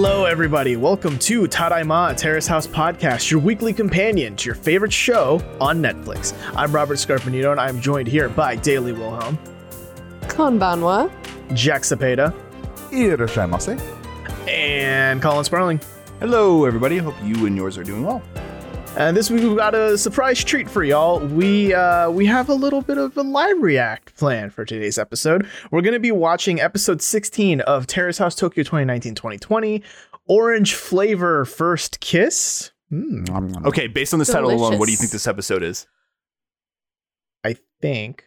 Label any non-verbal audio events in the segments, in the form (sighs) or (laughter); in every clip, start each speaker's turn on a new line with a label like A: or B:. A: everybody. Welcome to Tadaima Terrace House Podcast, your weekly companion to your favorite show on Netflix. I'm Robert Scarpanito, and I'm joined here by Daily Wilhelm,
B: Konbanwa.
A: Jack Cepeda,
C: Irashaimase.
A: and Colin Sparling.
C: Hello, everybody. Hope you and yours are doing well.
A: And this week we've got a surprise treat for y'all. We uh, we have a little bit of a live react plan for today's episode. We're gonna be watching episode 16 of Terrace House Tokyo 2019-2020, Orange Flavor First Kiss. Hmm,
D: Okay, based on this title alone, what do you
B: Delicious.
D: think this episode is?
A: I think.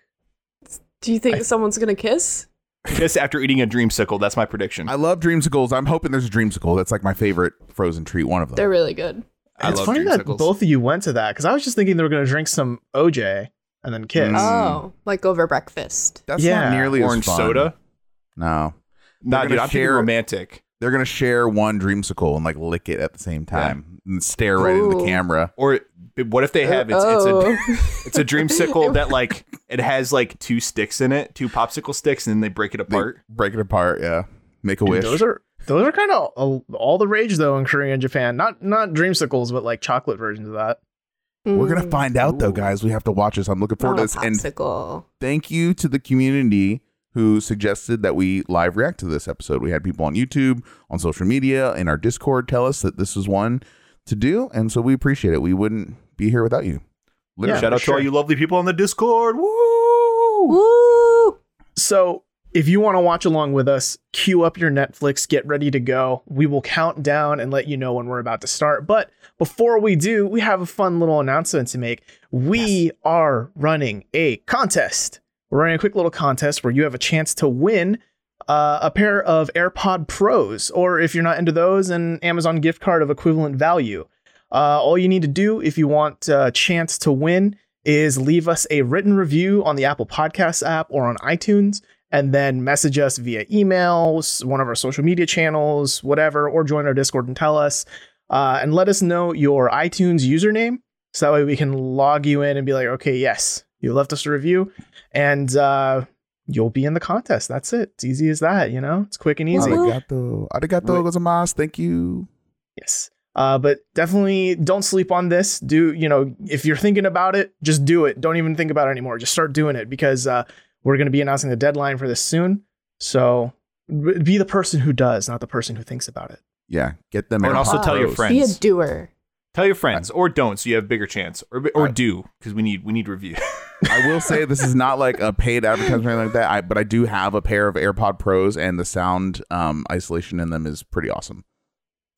B: Do you think
A: I-
B: someone's gonna kiss?
D: Kiss after eating a dreamsicle. That's my prediction.
C: I love dreamsicles. I'm hoping there's a dreamsicle. That's like my favorite frozen treat. One of them.
B: They're really good.
D: I
A: it's
D: love
A: funny that
D: dreamsicles.
A: both of you went to that because I was just thinking they were going to drink some OJ and then kiss.
C: Mm.
B: Oh, like over breakfast.
C: That's
A: Yeah.
C: not nearly as
D: Orange
C: fun.
D: soda.
C: No, gonna
D: Nah, dude, I'm thinking
C: share-
D: romantic.
C: they're gonna share one dreamsicle and like lick it at the same time and stare right into the
B: Ooh.
C: camera.
D: Or it- what if they have it's, it's a
B: Oh.
D: it's a dreamsicle that like it has like two sticks in it, two popsicle sticks, and then they break it
C: They
D: apart.
C: break it apart. Yeah, make a
A: Dude,
C: wish.
A: those are those are kind of all, all the rage though in Korea and Japan. Not not dreamsicles, but like chocolate versions of that.
C: We're gonna
B: Mm.
C: find out though,
D: Ooh.
C: guys. We have to watch this. I'm looking forward
B: Oh,
C: to this. And
B: popsicle.
C: thank you to the community who suggested that we live react to this episode. We had people on YouTube, on social media, in our Discord tell us that this was one to do, and so we appreciate it. We wouldn't be here without you. Literally.
A: Yeah.
D: Shout out
A: sure.
D: to all you lovely people on the Discord. Woo!
B: Woo!
A: So if you want to watch along with us, queue up your Netflix, get ready to go. We will count down and let you know when we're about to start. But before we do, we have a fun little announcement to make. We are running a contest. We're running a quick little contest where you have a chance to win uh, a pair of AirPod Pros, or if you're not into those, an Amazon gift card of equivalent value. Uh, all you need to do if you want a chance to win is leave us a written review on the Apple Podcasts app or on iTunes, and then message us via emails, one of our social media channels, whatever, or join our Discord and tell us. Uh, and let us know your iTunes username so that way we can log you in and be like, okay, yes, you left us a review, and uh, you'll be in the contest. That's it. It's easy as that, you know? It's quick and easy.
B: Wow.
C: Arigato. Arigato gozaimasu. Thank you.
A: Yes. Uh, but definitely don't sleep on this. Do, you know, if you're thinking about it, just do it. Don't even think about it anymore. Just start doing it because uh, we're going to be announcing the deadline for this soon. So b- be the person who does, not the person who thinks about it.
C: Yeah, get them.
D: Or
C: AirPod
D: also tell your
C: Pros.
B: Be
D: friends.
B: a doer.
D: Tell your friends, or don't, so you have a bigger chance, or or
C: I-
D: do because we need we need review.
C: I will say this is not like a paid advertisement or anything like that. I, but I do have a pair of AirPod Pros, and the sound um, isolation in them is pretty awesome.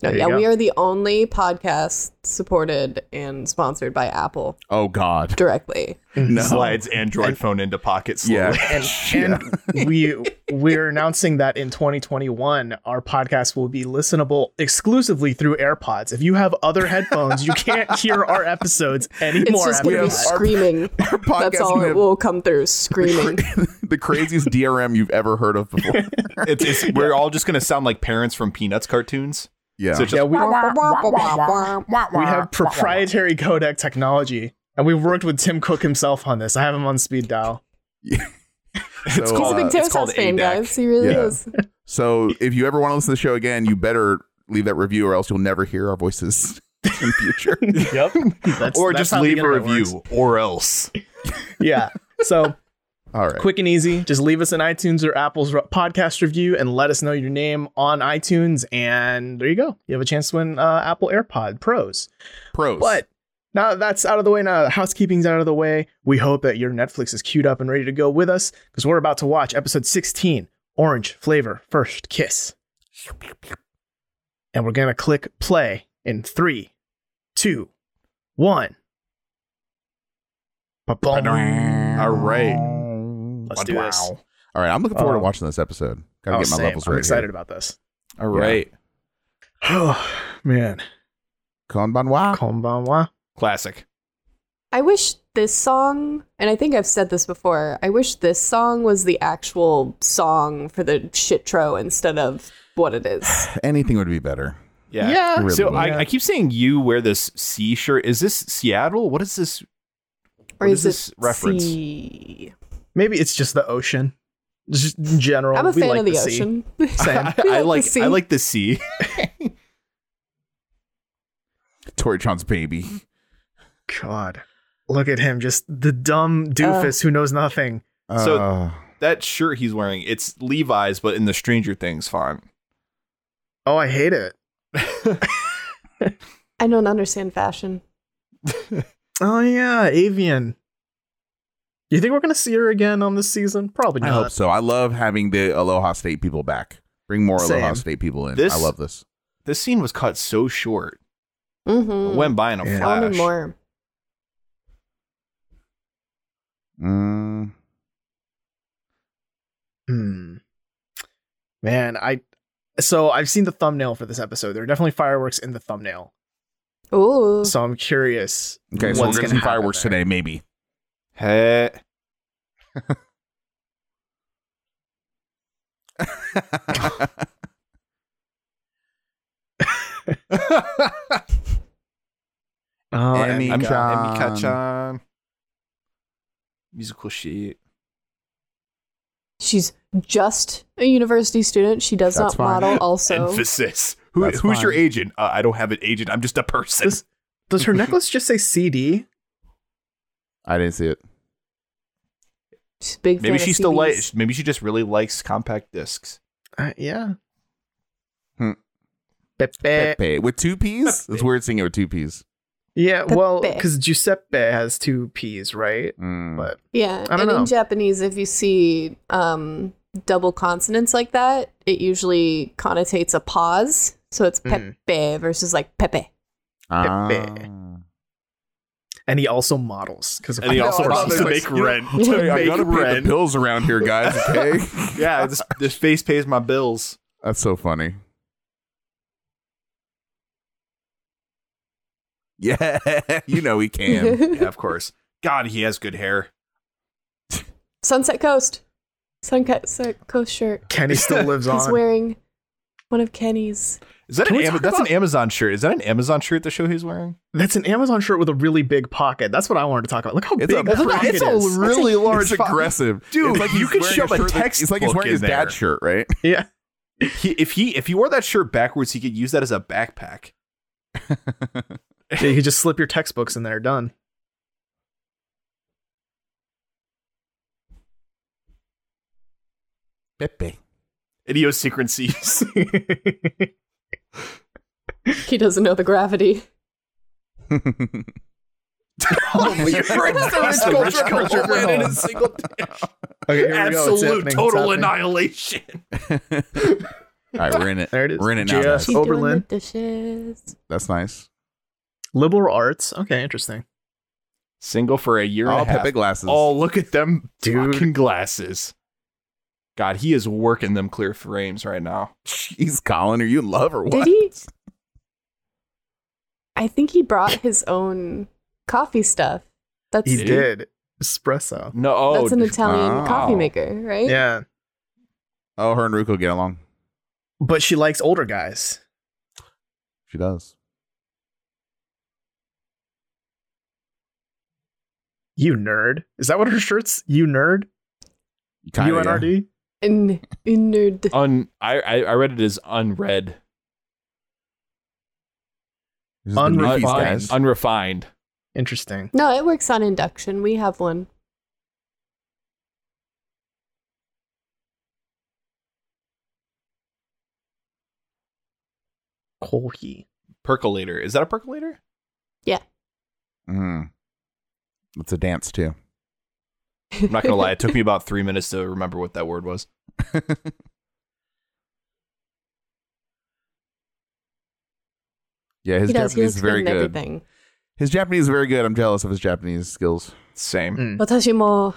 B: No,
A: There you
B: yeah,
A: go.
B: we are the only podcast supported and sponsored by Apple
C: Oh God.
B: directly.
C: (laughs)
A: Mm-hmm.
C: No.
D: Slides Android
A: And-
D: phone into pocket slowly. (laughs)
C: Yeah.
A: And, and we we're announcing that in 2021, our podcast will be listenable exclusively through AirPods. If you have other headphones, you can't hear our episodes anymore.
B: It's just
A: after
B: gonna be
A: that.
B: screaming.
C: Our podcast
B: That's all
C: gonna
B: it will come through.
C: (laughs)
B: Screaming.
C: the craziest DRM you've ever heard of
A: (laughs)
C: before.
D: It's, it's
C: (laughs)
D: we're all just gonna sound like parents from Peanuts cartoons.
C: Yeah.
D: So just
A: Yeah, we, we
E: We
A: have proprietary codec technology, and we've worked with Tim Cook himself on this. I have him on speed
D: (laughs)
A: dial.
C: so,
B: He's a
D: called,
C: uh,
B: big
D: it's
B: Terrace
D: called
B: House fan,
D: ADAC.
B: guys. He really
C: Yeah.
B: is.
C: so if you ever want to listen to the show again, you better leave that review or else you'll never hear our voices (laughs)
A: (laughs)
C: in future.
A: Yep. That's,
D: or
A: that's
D: just
A: how the
D: leave a
A: internet
D: review,
A: works.
D: or else.
A: Yeah.
D: (laughs)
A: So
C: All right.
A: quick and easy. Just leave us an iTunes or Apple's re- podcast review and let us know your name on iTunes. And there you go. You have a chance to win uh, Apple AirPod Pros.
C: Pros.
A: But now that that's out of the way, now that housekeeping's out of the way, we hope that your Netflix is queued up and ready to go with us because we're about to watch episode 16 Orange Flavor First Kiss. And we're going to click play in three, two, one. Ba-boom.
D: All right.
C: All
A: Let's do this.
C: right. I'm looking forward to
A: Oh.
C: watching this episode. Gotta
A: Oh,
C: get my
A: same.
C: levels
A: I'm
C: right.
A: excited about this.
C: All
D: Right.
A: Oh, man.
C: Konbanwa.
A: Konbanwa.
D: Classic.
B: I wish this song, and I think I've said this before, I wish this song was the actual song for the shit tro instead of what it
D: (sighs)
B: is.
C: Anything would be better.
D: Yeah.
C: Really
D: so
C: would.
D: I, I keep saying you wear this C shirt. Is this Seattle? What
B: (laughs)
D: is this?
B: Or
D: What
B: is
D: is this
B: it
D: reference?
B: sea?
A: Maybe it's just the ocean. Just in general.
B: I'm a
A: we
B: fan
A: like
B: of the,
A: sea.
B: (laughs) ocean.
A: Same.
D: (laughs) I, I
B: the
D: like
B: sea.
D: I like the C.
C: Torytron's baby.
A: God, look at him, just the dumb doofus who knows nothing.
D: So-
C: Uh,
D: (laughs) That shirt he's wearing, it's Levi's, but in the Stranger Things font.
A: Oh, I hate
C: (laughs)
A: it.
B: I don't understand fashion.
A: Oh yeah, Avian. You think we're gonna see her again on this season? Probably
C: I
A: not.
C: hope so. I love having the Aloha State people back. Bring more Aloha
A: Same.
C: State people in.
D: This-
C: I love this.
D: This scene was cut so short.
B: Mm-hmm.
D: It went by in a
A: Yeah.
B: I
D: flash.
B: wanted more.
C: Mm,
A: Hmm. Man, I. So I've seen the thumbnail for this episode. There are definitely fireworks in the thumbnail.
B: Ooh.
A: So I'm curious.
C: okay, so we're
A: what's gonna
C: gonna see
A: happen
C: fireworks
A: there.
C: today,
A: (laughs)
C: maybe. (laughs)
D: Hey.
A: Oh, and-
C: Emmy.
D: I'm
C: Emika-chan.
D: Emika-chan. Musical sheet.
B: She's just a university student. She does not
C: That's fine.
B: model. Also,
D: Emphasis. Who,
C: That's
D: who's your
C: fine.
D: agent? Uh, I don't have an agent. I'm just a person.
A: This- does
C: (laughs)
A: her necklace just say CD?
C: I didn't see it.
B: she's a big.
D: Maybe
B: fan
D: she
B: of
D: still
B: CDs.
D: likes. Maybe she just really likes compact discs.
A: Uh, yeah.
C: Hmm.
A: Pepe.
C: Pepe with two P's.
D: Pepe.
C: It's weird seeing it with two P's.
A: Yeah, well,
B: Pepe.
A: because Giuseppe has two P's, right?
C: Mm.
A: But
B: Yeah,
A: don't
B: and
A: know.
B: in Japanese, if you see um, double consonants like that, it usually connotates a pause. So it's
A: Mm.
B: pepe versus like pepe.
A: Pepe.
C: Ah.
A: and he also models because
D: And he
C: know,
D: also
C: I thought
D: promised to
C: they-
D: make
C: you know,
D: (laughs) rent.
B: I gotta
D: I
C: I
D: gotta
C: gotta pay the
D: rent.
C: bills around here,
D: (laughs)
C: guys. Okay,
D: Yeah, this, this face pays my bills.
C: that's so funny. Yeah, (laughs) you know he can.
B: (laughs)
D: (laughs) Yeah, of course. God, he has good hair.
B: Sunset Coast. Sunset Coast shirt.
A: Kenny still lives
B: He's
A: on.
B: wearing one of Kenny's.
D: Is that
A: Can
D: an
A: we
D: Am-
A: talk
D: that's
A: about-
D: an Amazon shirt? Is that an Amazon shirt the show he's wearing?
A: That's an Amazon shirt with a really big pocket. That's what I wanted to talk about. Look how
C: It's a-
A: big that
C: it's a-
A: pocket
D: it's a
A: is.
D: really large
C: it's
D: fucking-
C: aggressive,
D: Dude,
C: It's like
D: you
C: he's
D: could
C: wearing
D: shove a
C: shirt that- It's like he's
D: textbook
C: wearing his
D: in there.
C: dad's shirt,
D: (laughs)
C: right?
A: yeah.
D: He, if he if he wore that shirt backwards, he could use that as a backpack.
A: yeah, you could just slip your textbooks in there.
D: (laughs)
A: Done.
C: Pepe.
D: Idiosyncrasies.
B: He doesn't know the gravity.
C: Oh,
D: Holy (laughs)
C: That's the rich culture
D: man in a
C: world.
D: single day.
A: Okay, here we go. It's happening.
D: Absolute
A: It's
D: total
A: happening.
D: annihilation.
C: All right, we're in it.
A: There it is.
C: We're in it now.
A: Just-
C: guys.
B: She's
A: Oberlin.
B: doing the dishes.
C: That's nice.
A: Liberal arts. Okay, interesting.
D: Single for a year
C: All
D: and a half.
C: Pepe glasses.
D: Oh, look at them
A: Dude.
D: fucking glasses. God, he is working them clear frames right now.
C: Jeez, Colin, are you in love or what?
B: Did he? I think he brought his own coffee stuff. That's
A: He
D: Dude.
A: did espresso.
D: No, oh,
B: that's an Italian
C: wow.
B: coffee maker, right?
A: Yeah,
C: Oh, her and Ruko get along.
A: but she likes older guys.
C: She does.
A: You nerd. Is that what her shirt's? You nerd.
C: Kinda, yeah.
A: UNRD.
B: In in nerd.
D: un. I, I I read it as unread,
C: This is the
A: Unrefined.
C: newbies, guys.
D: unrefined.
A: Interesting.
B: No, it works on induction. We have one.
A: Kohi.
D: Percolator. Is that a percolator?
C: Mm. It's a dance too.
D: I'm not
B: (laughs)
D: gonna lie. It took me about three minutes to remember what that word was.
C: Yeah, his
B: he does. He
C: Japanese
B: looks
C: is
B: good
C: very
B: in
C: good.
B: everything.
C: His Japanese is very good. I'm jealous of his Japanese
A: (laughs)
C: skills.
D: Same.
A: Mm.
B: Watashimo.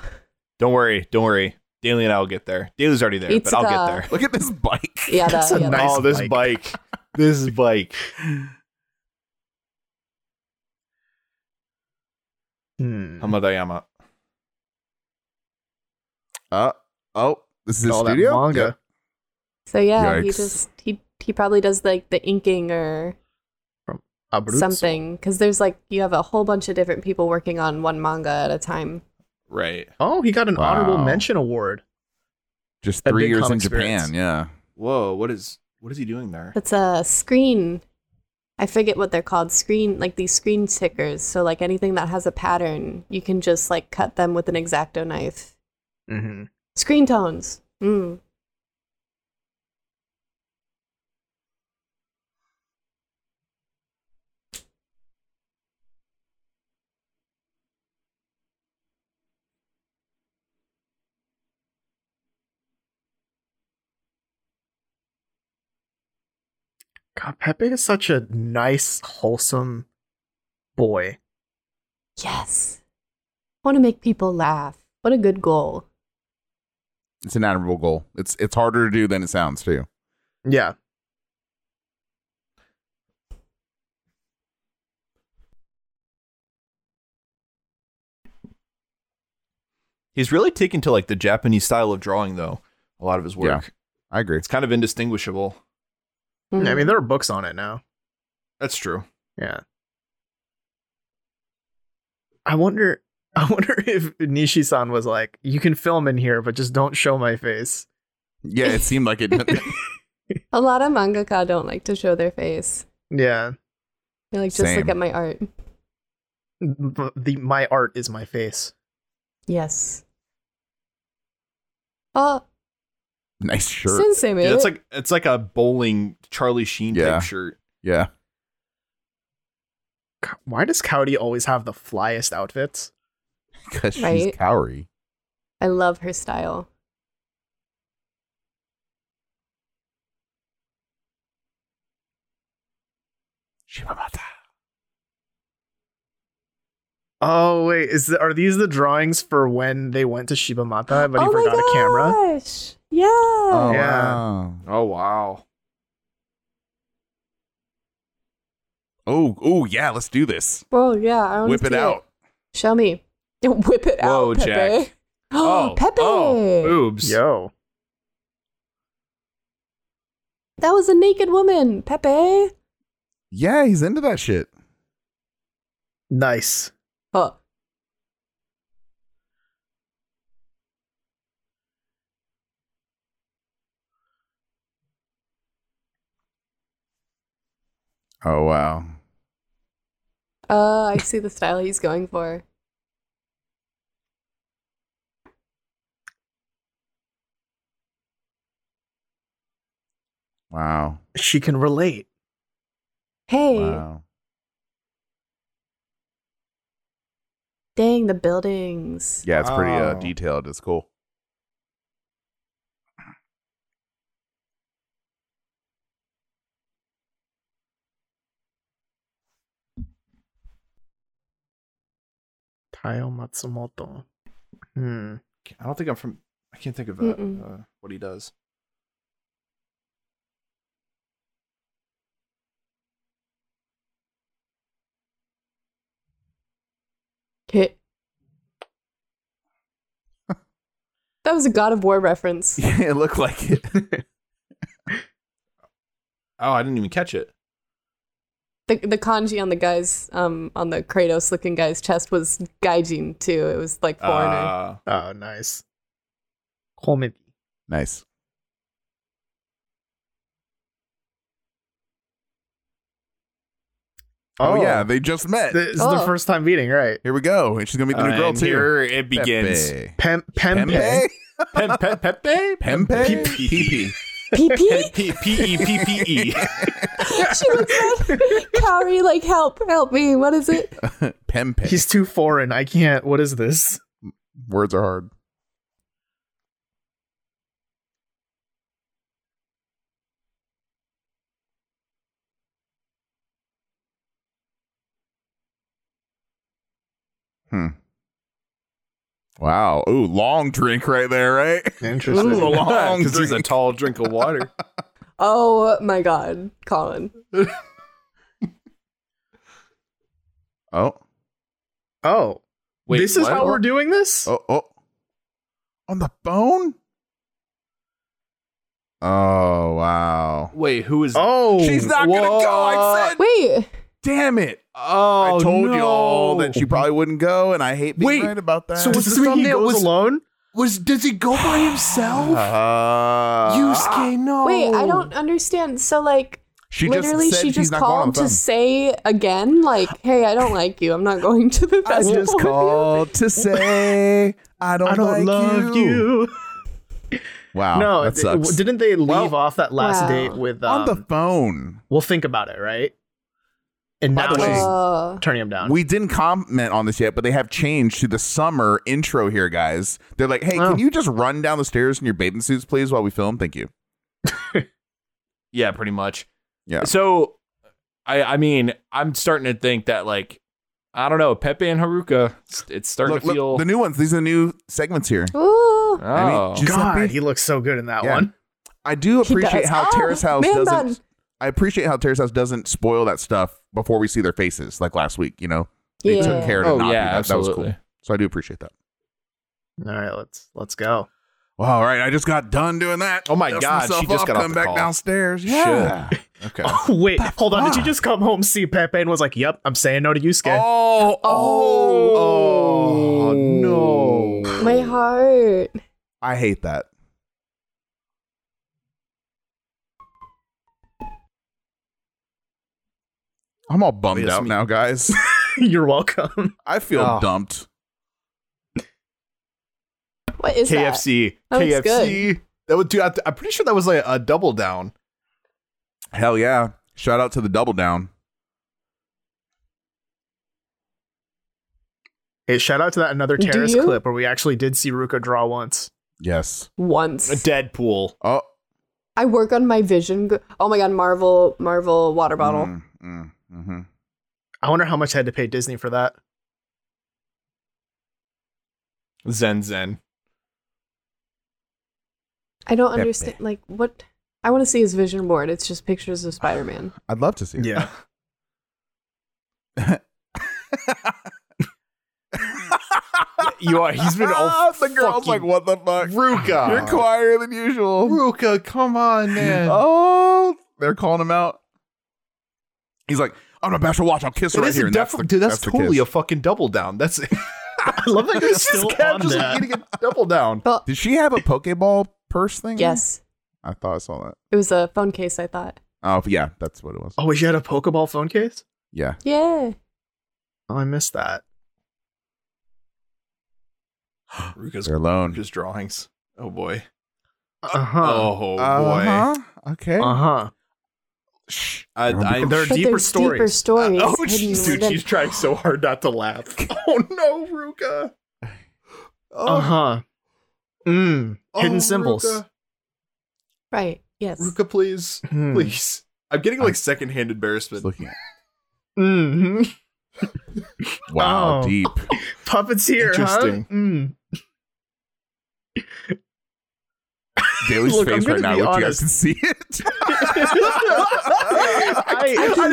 D: Don't worry. Don't worry. Daly and I will get there. Daly's already there, but I'll get
B: Itsuka.
D: there.
C: Look at this bike.
B: Yeah,
A: That's a
B: that. (laughs) yeah,
A: nice-
D: oh, this
A: bike.
D: bike. this
A: (laughs)
D: bike.
A: Hmm.
D: Hamadayama.
C: Uh, oh, this is his
A: All that
C: studio.
A: manga.
B: So yeah, he
C: Yikes.
B: just he he probably does like the inking or
A: Abruzzo.
B: something because there's like you have a whole bunch of different people working on one manga at a time.
D: Right.
A: Oh, he got an honorable
C: Wow.
A: mention award.
C: Just
A: A
C: three
A: big
C: years
A: comic
C: in
A: experience.
C: Japan. Yeah.
D: Whoa. What is what is he doing there?
B: That's a screen I forget what they're called, screen like these screen tickers. So like anything that has a pattern, you can just like cut them with an exacto knife.
A: Mm-hmm.
B: Screen tones. Mm.
A: God, Pepe is such a nice, wholesome boy.
B: Yes. Want to make people laugh. What a good goal.
C: It's an admirable goal. It's it's harder to do than it sounds too.
A: Yeah.
D: He's really taken to like the Japanese style of drawing, though. A lot of his work,
C: I agree.
D: it's kind of indistinguishable.
B: Mm.
A: I mean, there are books on it now.
D: That's true.
A: Yeah. I wonder. (laughs) I wonder if Nishi-san was like, "You can film in here, but just don't show my face."
C: Yeah, it seemed
B: (laughs)
C: like it. (laughs)
B: a lot of mangaka don't like to show their face.
A: Yeah.
B: They're like, just look
C: Same.
B: at my art.
A: The, the- my art is my face.
B: Yes. Oh,
C: nice shirt.
B: sensei made
D: Yeah,
B: it.
D: it's like it's like a bowling Charlie Sheen
C: Yeah.
D: type shirt.
C: yeah.
A: God, Why does Cowdy always have the flyest outfits?
C: Because she's
B: Right.
C: Cowrie.
B: I love her style.
C: Shimamata.
A: Oh wait, is the, are these the drawings for when they went to Shibamata but he
B: oh
A: forgot
B: my
A: a camera?
B: gosh! Yeah.
C: Oh,
A: Yeah.
C: wow.
D: Oh wow!
C: Oh, oh yeah, let's do this.
B: Well, yeah. I wanna
C: Whip it
B: see
C: out.
B: Show me. (laughs) Whip it
D: Whoa,
B: out, Pepe. (gasps)
D: Jack.
B: Oh, Pepe.
D: Oh, boobs.
A: Yo,
B: That was a naked woman, Pepe.
C: Yeah, he's into that shit.
A: nice.
B: Oh.
C: Oh wow.
B: Uh, I see the style he's going for.
C: Wow.
A: She can relate.
B: Hey,
C: Wow.
B: dang the buildings.
C: Yeah, it's pretty uh,
A: Wow.
C: detailed. It's cool. (laughs)
A: Tayo Matsumoto. Hmm.
D: I don't think I'm from. I can't think of uh, uh,
B: Mm-mm.
D: what he does.
B: Hit. (laughs) that was a God of War reference.
C: it looked like it. (laughs)
D: Oh, I didn't even catch it.
B: The the kanji on the guy's um on the Kratos looking guy's chest was gaijin too. It was like
C: Ah.
B: foreigner.
D: Uh,
A: Oh, nice. Comedy.
C: nice. Oh, yeah, they just met.
A: This is the
B: Oh.
A: first time meeting, right?
C: here we go. And she's gonna meet the new girl
D: uh, and
C: too.
D: Here it begins.
C: Pepe.
A: Pem- Pempe.
C: Pempe.
D: Pem- pe- Pepe?
C: Pempe.
D: Pe-
C: Pee-pee.
B: PP.
D: Pe- P- P-E-P-P-E.
B: (laughs) she looks
C: (laughs)
B: like Kaori. Like help, help me. What is it?
C: (laughs) Pempe.
A: He's too foreign. I can't. What is this?
C: Words are hard. Hmm. Wow. Ooh, long drink right there, right? (laughs)
A: Interesting.
C: Ooh. Long
D: (laughs) 'Cause he's a
C: drink.
D: tall drink of water.
B: Oh my God, Colin.
C: Oh.
A: Oh,
D: Wait,
A: this is
D: what?
A: how we're doing this?
C: Oh, oh. On the phone? Oh, wow.
D: Wait, who is?
A: Oh,
C: She's not going to go. I said,
B: Wait,
C: damn it.
D: oh,
C: I told you all
D: no.
C: that she probably wouldn't go, and I hate being
D: Wait,
C: right about that.
D: so
A: Does
D: was
A: this
D: three
A: mean he
D: goes
A: goes alone?
D: was. Does he go by himself?
C: Uh,
D: Yusuke, no.
B: wait. I don't understand. So like,
C: She
B: Literally,
C: just said
B: she
C: she's
B: just
C: not going on
B: called
C: the phone.
B: to say again, like, "Hey, I don't like you. I'm not going to the
C: I
B: festival."
C: just called to say I don't,
A: I don't
C: like
A: love you.
C: Wow,
A: no,
C: that
A: th-
C: sucks.
A: didn't they leave
D: Well-
A: off that last
B: Wow.
A: date with um,
C: on the phone,
A: we'll think about it, right? And
C: By
A: now
C: the way-
A: she's
B: Uh,
A: turning him down.
C: we didn't comment on this yet, but they have changed to the summer intro here, guys. They're like, "Hey,
A: Oh.
C: can you just run down the stairs in your bathing suits, please, while we film? Thank you."
D: Yeah, pretty much.
C: Yeah.
D: So, I I mean, I'm starting to think that like, I don't know, Pepe and Haruka, it's, it's starting
C: Look,
D: to
C: look,
D: feel.
C: the new ones. These are the new segments here.
B: ooh.
D: oh,
C: I mean, just-
A: God,
C: Giuseppe?
A: he looks so good in that
C: Yeah.
A: one.
C: I do
B: He
C: appreciate
B: does.
C: how
B: Ah,
C: Terrace House
B: man
C: doesn't.
B: bun.
C: I appreciate how Terrace House doesn't spoil that stuff before we see their faces, like last week. You know, they took
B: Yeah.
C: care to
D: oh
C: not
D: yeah,
C: do that. That was
D: absolutely.
C: cool. So I do appreciate that.
A: All right, let's let's go.
C: Wow, all right, I just got done doing that.
D: Oh my
C: Dust
D: God, she
C: myself
D: just
C: off,
D: got off
C: come
D: the
C: back
D: call.
C: downstairs.
D: Shit.
C: Yeah. Okay.
A: Oh, (laughs) wait, hold on. Did you
C: fuck?
A: just come home, see Pepe, and was like, "Yep, I'm saying no to Yusuke."
C: Oh, oh, oh, no.
B: My heart.
C: I hate that. I'm all bummed
D: Yes,
C: out
D: me-
C: now, guys.
A: (laughs)
C: (laughs)
A: You're welcome.
C: I feel
D: Oh.
C: dumped.
B: What is that?
D: KFC,
B: That looks
D: KFC. That would do. I'm pretty sure that was like a double down.
C: Hell yeah. Shout out to the double down.
A: Hey, shout out to that another
B: Do
A: terrace
B: you?
A: clip where we actually did see Ruka draw once.
C: Yes.
D: A
B: Once
D: Deadpool.
C: Oh.
B: I work on my vision. go- oh my god, Marvel, Marvel water bottle.
C: Mm, mm, mhm.
A: I wonder how much I had to pay Disney for that.
D: Zen Zen.
B: I don't
C: Pepe.
B: understand. Like what? I want to see his vision board. It's just pictures of Spider (sighs) Man.
C: I'd love to
A: (laughs)
C: see (laughs) it.
A: Yeah.
D: You are. He's been (laughs) all.
C: (laughs) the girl's like,
D: fucking-
C: what the fuck?
D: Ruka.
C: You're quieter than usual.
D: Ruka, come (laughs) on, man.
C: Oh, they're calling him out. He's like, I'm not bachelor watch. I'll kiss her
D: That
C: right
D: is
C: here.
D: a
C: And that's
D: def-
C: the,
D: dude, that's,
C: the
D: totally
C: kiss.
D: a fucking double down. That's (laughs)
A: I love that you're
D: It's
A: still
D: just Cap
A: on
D: just
A: that.
D: like eating a double down.
B: Well,
C: Did she have a Pokeball purse thing?
B: yes,
C: I thought I saw that.
B: it was a phone case. I thought.
C: Oh, yeah, that's what it was.
A: oh, wait, you had a Pokeball phone case?
C: Yeah.
B: Yeah.
A: Oh, I missed that.
D: Ruka's
C: They're alone.
D: just drawings. Oh boy.
A: Uh huh.
D: Oh boy.
C: Uh-huh. Okay.
D: Eh?
A: Uh huh.
D: Shh. I,
C: They're
D: I,
A: They're- There are
B: but
A: deeper
B: there's deeper
A: stories.
B: stories.
D: oh,
B: hidden
D: jeez, dude,
B: within-
D: she's trying so hard not to (laughs) laugh. Oh no, Ruka. Oh,
A: Uh huh. Mm.
D: oh,
A: Hidden symbols.
D: Ruka,
B: right. Yes.
D: Ruka, please,
A: Mm.
D: please. I'm getting like secondhand embarrassment.
C: (laughs) Just looking at-
A: Mm.
C: Wow,
A: Oh. (laughs)
C: deep.
A: Puppeteer.
D: Interesting.
A: Huh? Mm.
C: Daly's
A: Look, I'm
C: face right
A: gonna
C: now.
A: be
C: Look, you guys
A: honest.
C: can see it.
A: I,
B: I
A: I
B: cannot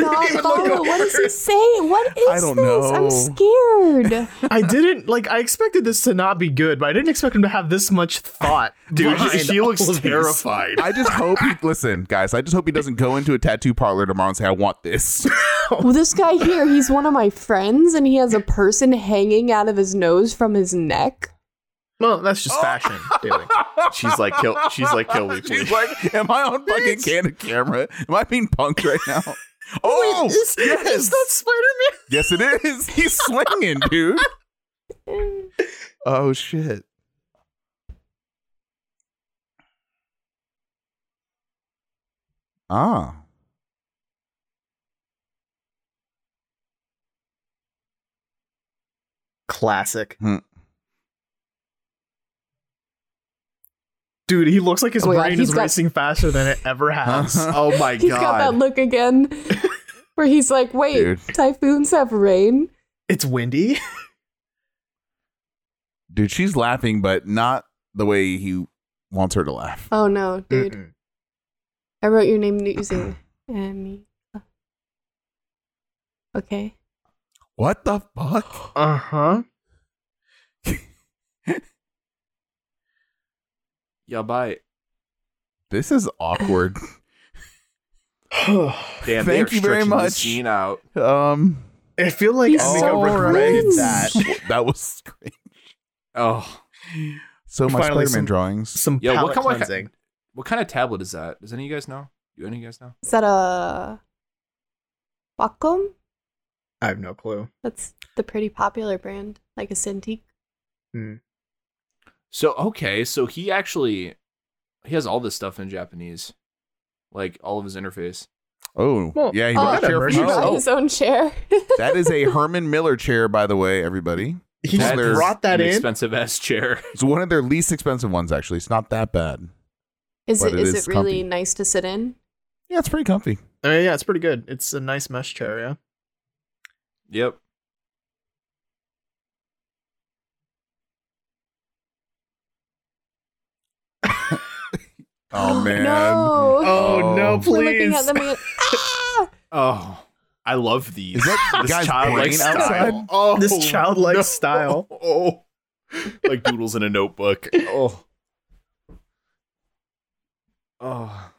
A: didn't even look
B: follow. What is he saying? What is
C: I don't
B: this?
C: know.
B: I'm scared.
A: I didn't like. I expected this to not be good, but I didn't expect him to have this much thought.
D: (laughs) Dude, she,
A: behind
D: she looks
A: all of these.
C: (laughs)
D: terrified.
C: I just hope he listen, guys. I just hope he doesn't go into a tattoo parlor tomorrow and say, "I want this."
B: (laughs) Well, this guy here, he's one of my friends, and he has a person hanging out of his nose from his neck.
A: (laughs) Well, that's just fashion, Daily.
D: Oh. (laughs) She's (laughs) like, kill. She's like, kill
A: (laughs)
D: me, please.
C: (laughs) She's
D: (laughs)
C: like, "Am I on fucking candid camera? Am I being punked right
A: (laughs)
C: now?" Oh,
A: Is, is that Spider
C: yes, it is. (laughs) He's slinging, dude. Oh shit. Ah.
A: Man? Classic.
C: Hmm.
A: Dude, he looks like his
B: Oh my God,
A: brain
B: he's
A: is
B: got-
A: racing faster than it
D: (laughs)
A: ever has.
C: Uh-huh.
D: Oh my
B: He's got that
D: god.
B: look again, where he's like, "Wait,
C: Dude.
B: typhoons have rain."
A: it's windy.
C: Dude, she's laughing, but not the way he wants her to laugh.
B: Oh no, dude!
A: Mm-mm.
B: I wrote your name using Annie. Okay.
C: What the fuck? (gasps)
A: Uh huh.
D: Yeah, bye.
C: This is awkward.
D: Damn,
C: Thank
D: they are
C: you very
D: stretching this
C: much.
D: Scene out.
C: um
A: (sighs) I feel like
B: He's
A: I think
B: so
A: I regretted
B: cringe.
A: that.
B: (laughs)
C: that was great.
D: Oh,
C: So my
A: Finally
C: Spider-Man
A: some-
C: drawings.
A: Some
D: Yo,
A: palate
D: what kind of-
A: cleansing.
D: what kind of tablet is that? Does any of you guys know? Do any of you guys know?
B: Is that uh, a Wacom?
A: I have no clue.
B: That's the pretty popular brand, like a Cintiq.
D: So okay, so he actually he has all this stuff in Japanese, like all of his interface.
C: Oh,
A: Well,
C: yeah, he
B: oh,
C: brought a
A: I
C: chair
A: don't
C: from
B: He
A: know.
C: home.
B: brought his own chair. (laughs)
C: That is a Herman Miller chair, by the way, everybody.
A: He just
C: That is
A: brought that in.
D: expensive ass chair. (laughs)
C: It's one of their least expensive ones, actually. It's not that bad.
B: Is
C: But
B: it
C: it
B: is
C: is
B: it really
C: comfy.
B: nice to sit in?
C: Yeah, it's
B: (gasps)
C: pretty comfy.
A: I mean, yeah, it's pretty good. It's a nice mesh chair. Yeah.
D: yep.
C: Oh man.
B: No.
A: Oh,
C: Oh.
A: no,
B: We're looking
A: please.
B: at them again. Ah!
D: Oh, I love these.
C: Is that
D: this
C: guy's
D: childlike
C: brain
D: style?
C: outside?
D: Oh,
A: This childlike style.
D: (laughs) Oh, like doodles in a (laughs) notebook. Oh, oh.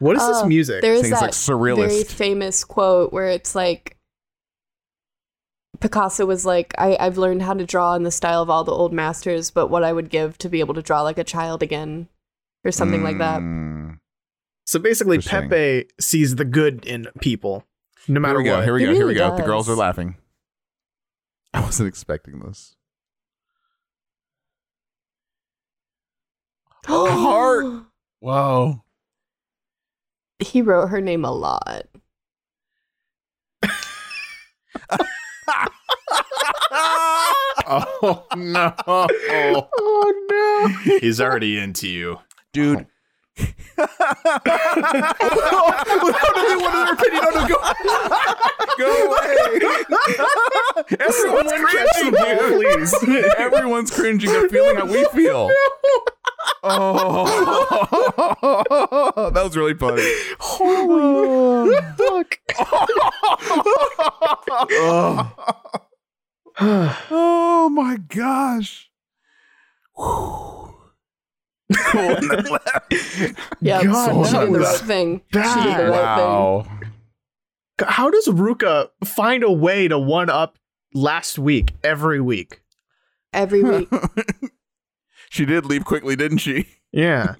A: What is this
B: Oh,
A: music?
B: There
C: I
B: is
C: think it's
B: that
C: like
B: very
C: surrealist.
B: famous quote where it's like Picasso was like, I, I've learned how to draw in the style of all the old masters, but what I would give to be able to draw like a child again or something like that. (gasps)
C: Mm.
A: So basically,
C: Interesting.
A: Pepe sees the good in people, no
C: Here
A: matter
C: we go.
A: what.
C: Here we
B: It
C: go. Here we
B: really
C: go. The
B: does.
C: girls are laughing. I wasn't expecting this. A heart. (laughs) Wow.
B: He wrote her name a lot.
D: Oh no.
A: Oh no!
D: He's already into you.
C: (laughs) Dude. Go away. Everyone's
A: Catch the ball, please.
C: Everyone's cringing. They're feeling how we feel. Oh, (laughs) that was really funny.
B: (laughs)
A: Holy
C: (laughs)
A: (sighs) fuck!
C: Oh, oh my gosh. Whew. Cool.
B: Yeah,
A: God, that
B: she did the right
A: was
B: thing. She did
A: bad.
B: the right thing.
C: wow.
A: How does Ruka find a way to one up last week every week?
C: (laughs)
B: Every week.
C: she did leave quickly, didn't she?
B: (laughs)
A: Yeah.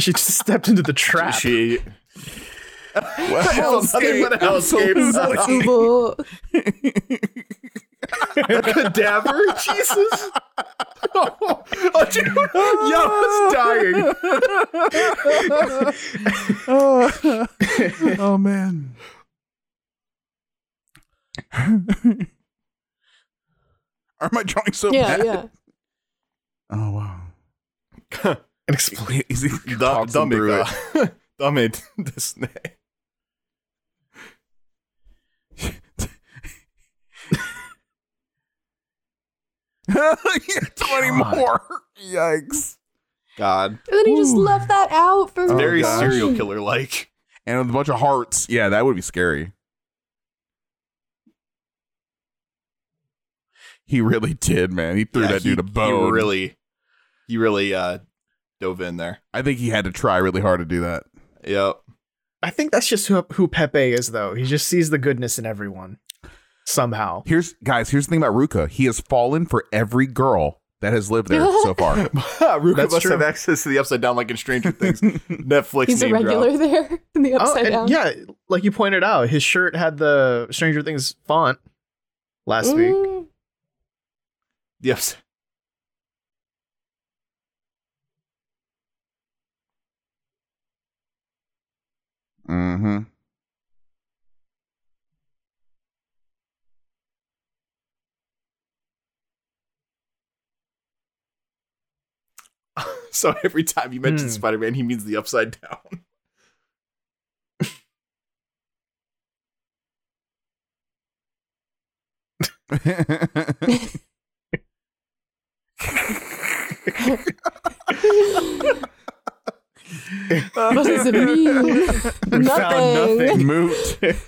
A: she just stepped into the trap.
D: She
C: Well,
A: Hellscape.
C: nothing but hellscape.
A: Hellscape.
B: Ubu.
D: (laughs)
A: Cadaver? Jesus.
C: Oh, dude. Yo, it's dying. (laughs) oh, man. (laughs) Are my drawings
B: (laughs)
C: so
B: yeah,
C: bad?
B: yeah.
C: Oh wow.
A: Explain.
C: Is he
D: da-
C: talks him through it.
D: dummy (laughs) dummy this
C: (laughs) Yeah, Twenty
A: God.
C: more. Yikes.
D: God.
B: And then he just
C: Ooh.
B: left that out for
C: Oh,
D: Very
C: gosh.
D: serial killer like.
C: And with a bunch of hearts. Yeah, that would be scary. He really did, man. He threw that dude a bone.
D: You really you really uh dove in there.
C: I think he had to try really hard to do that.
D: Yep.
A: I think that's just who, who Pepe is, though. He just sees the goodness in everyone somehow.
C: Here's guys, here's the thing about Ruka. He has fallen for every girl that has lived there
A: (laughs)
C: so far.
D: (laughs) Ruka
A: That's
D: must
A: true.
D: have access to the upside down like in (laughs) Stranger Things. Netflix
B: He's a
D: name drop.
B: regular (laughs) there in the
A: Oh,
B: upside
A: and
B: down.
A: yeah, like you pointed out, his shirt had the Stranger Things font last week.
B: Mm.
D: The upside.
C: Mm-hmm.
D: (laughs) So every time you mention
A: Hmm.
D: Spider Man, he means the upside down.
B: Mm. (laughs) What does it mean? (laughs)
C: We found
B: Nothing.
C: nothing. Moot.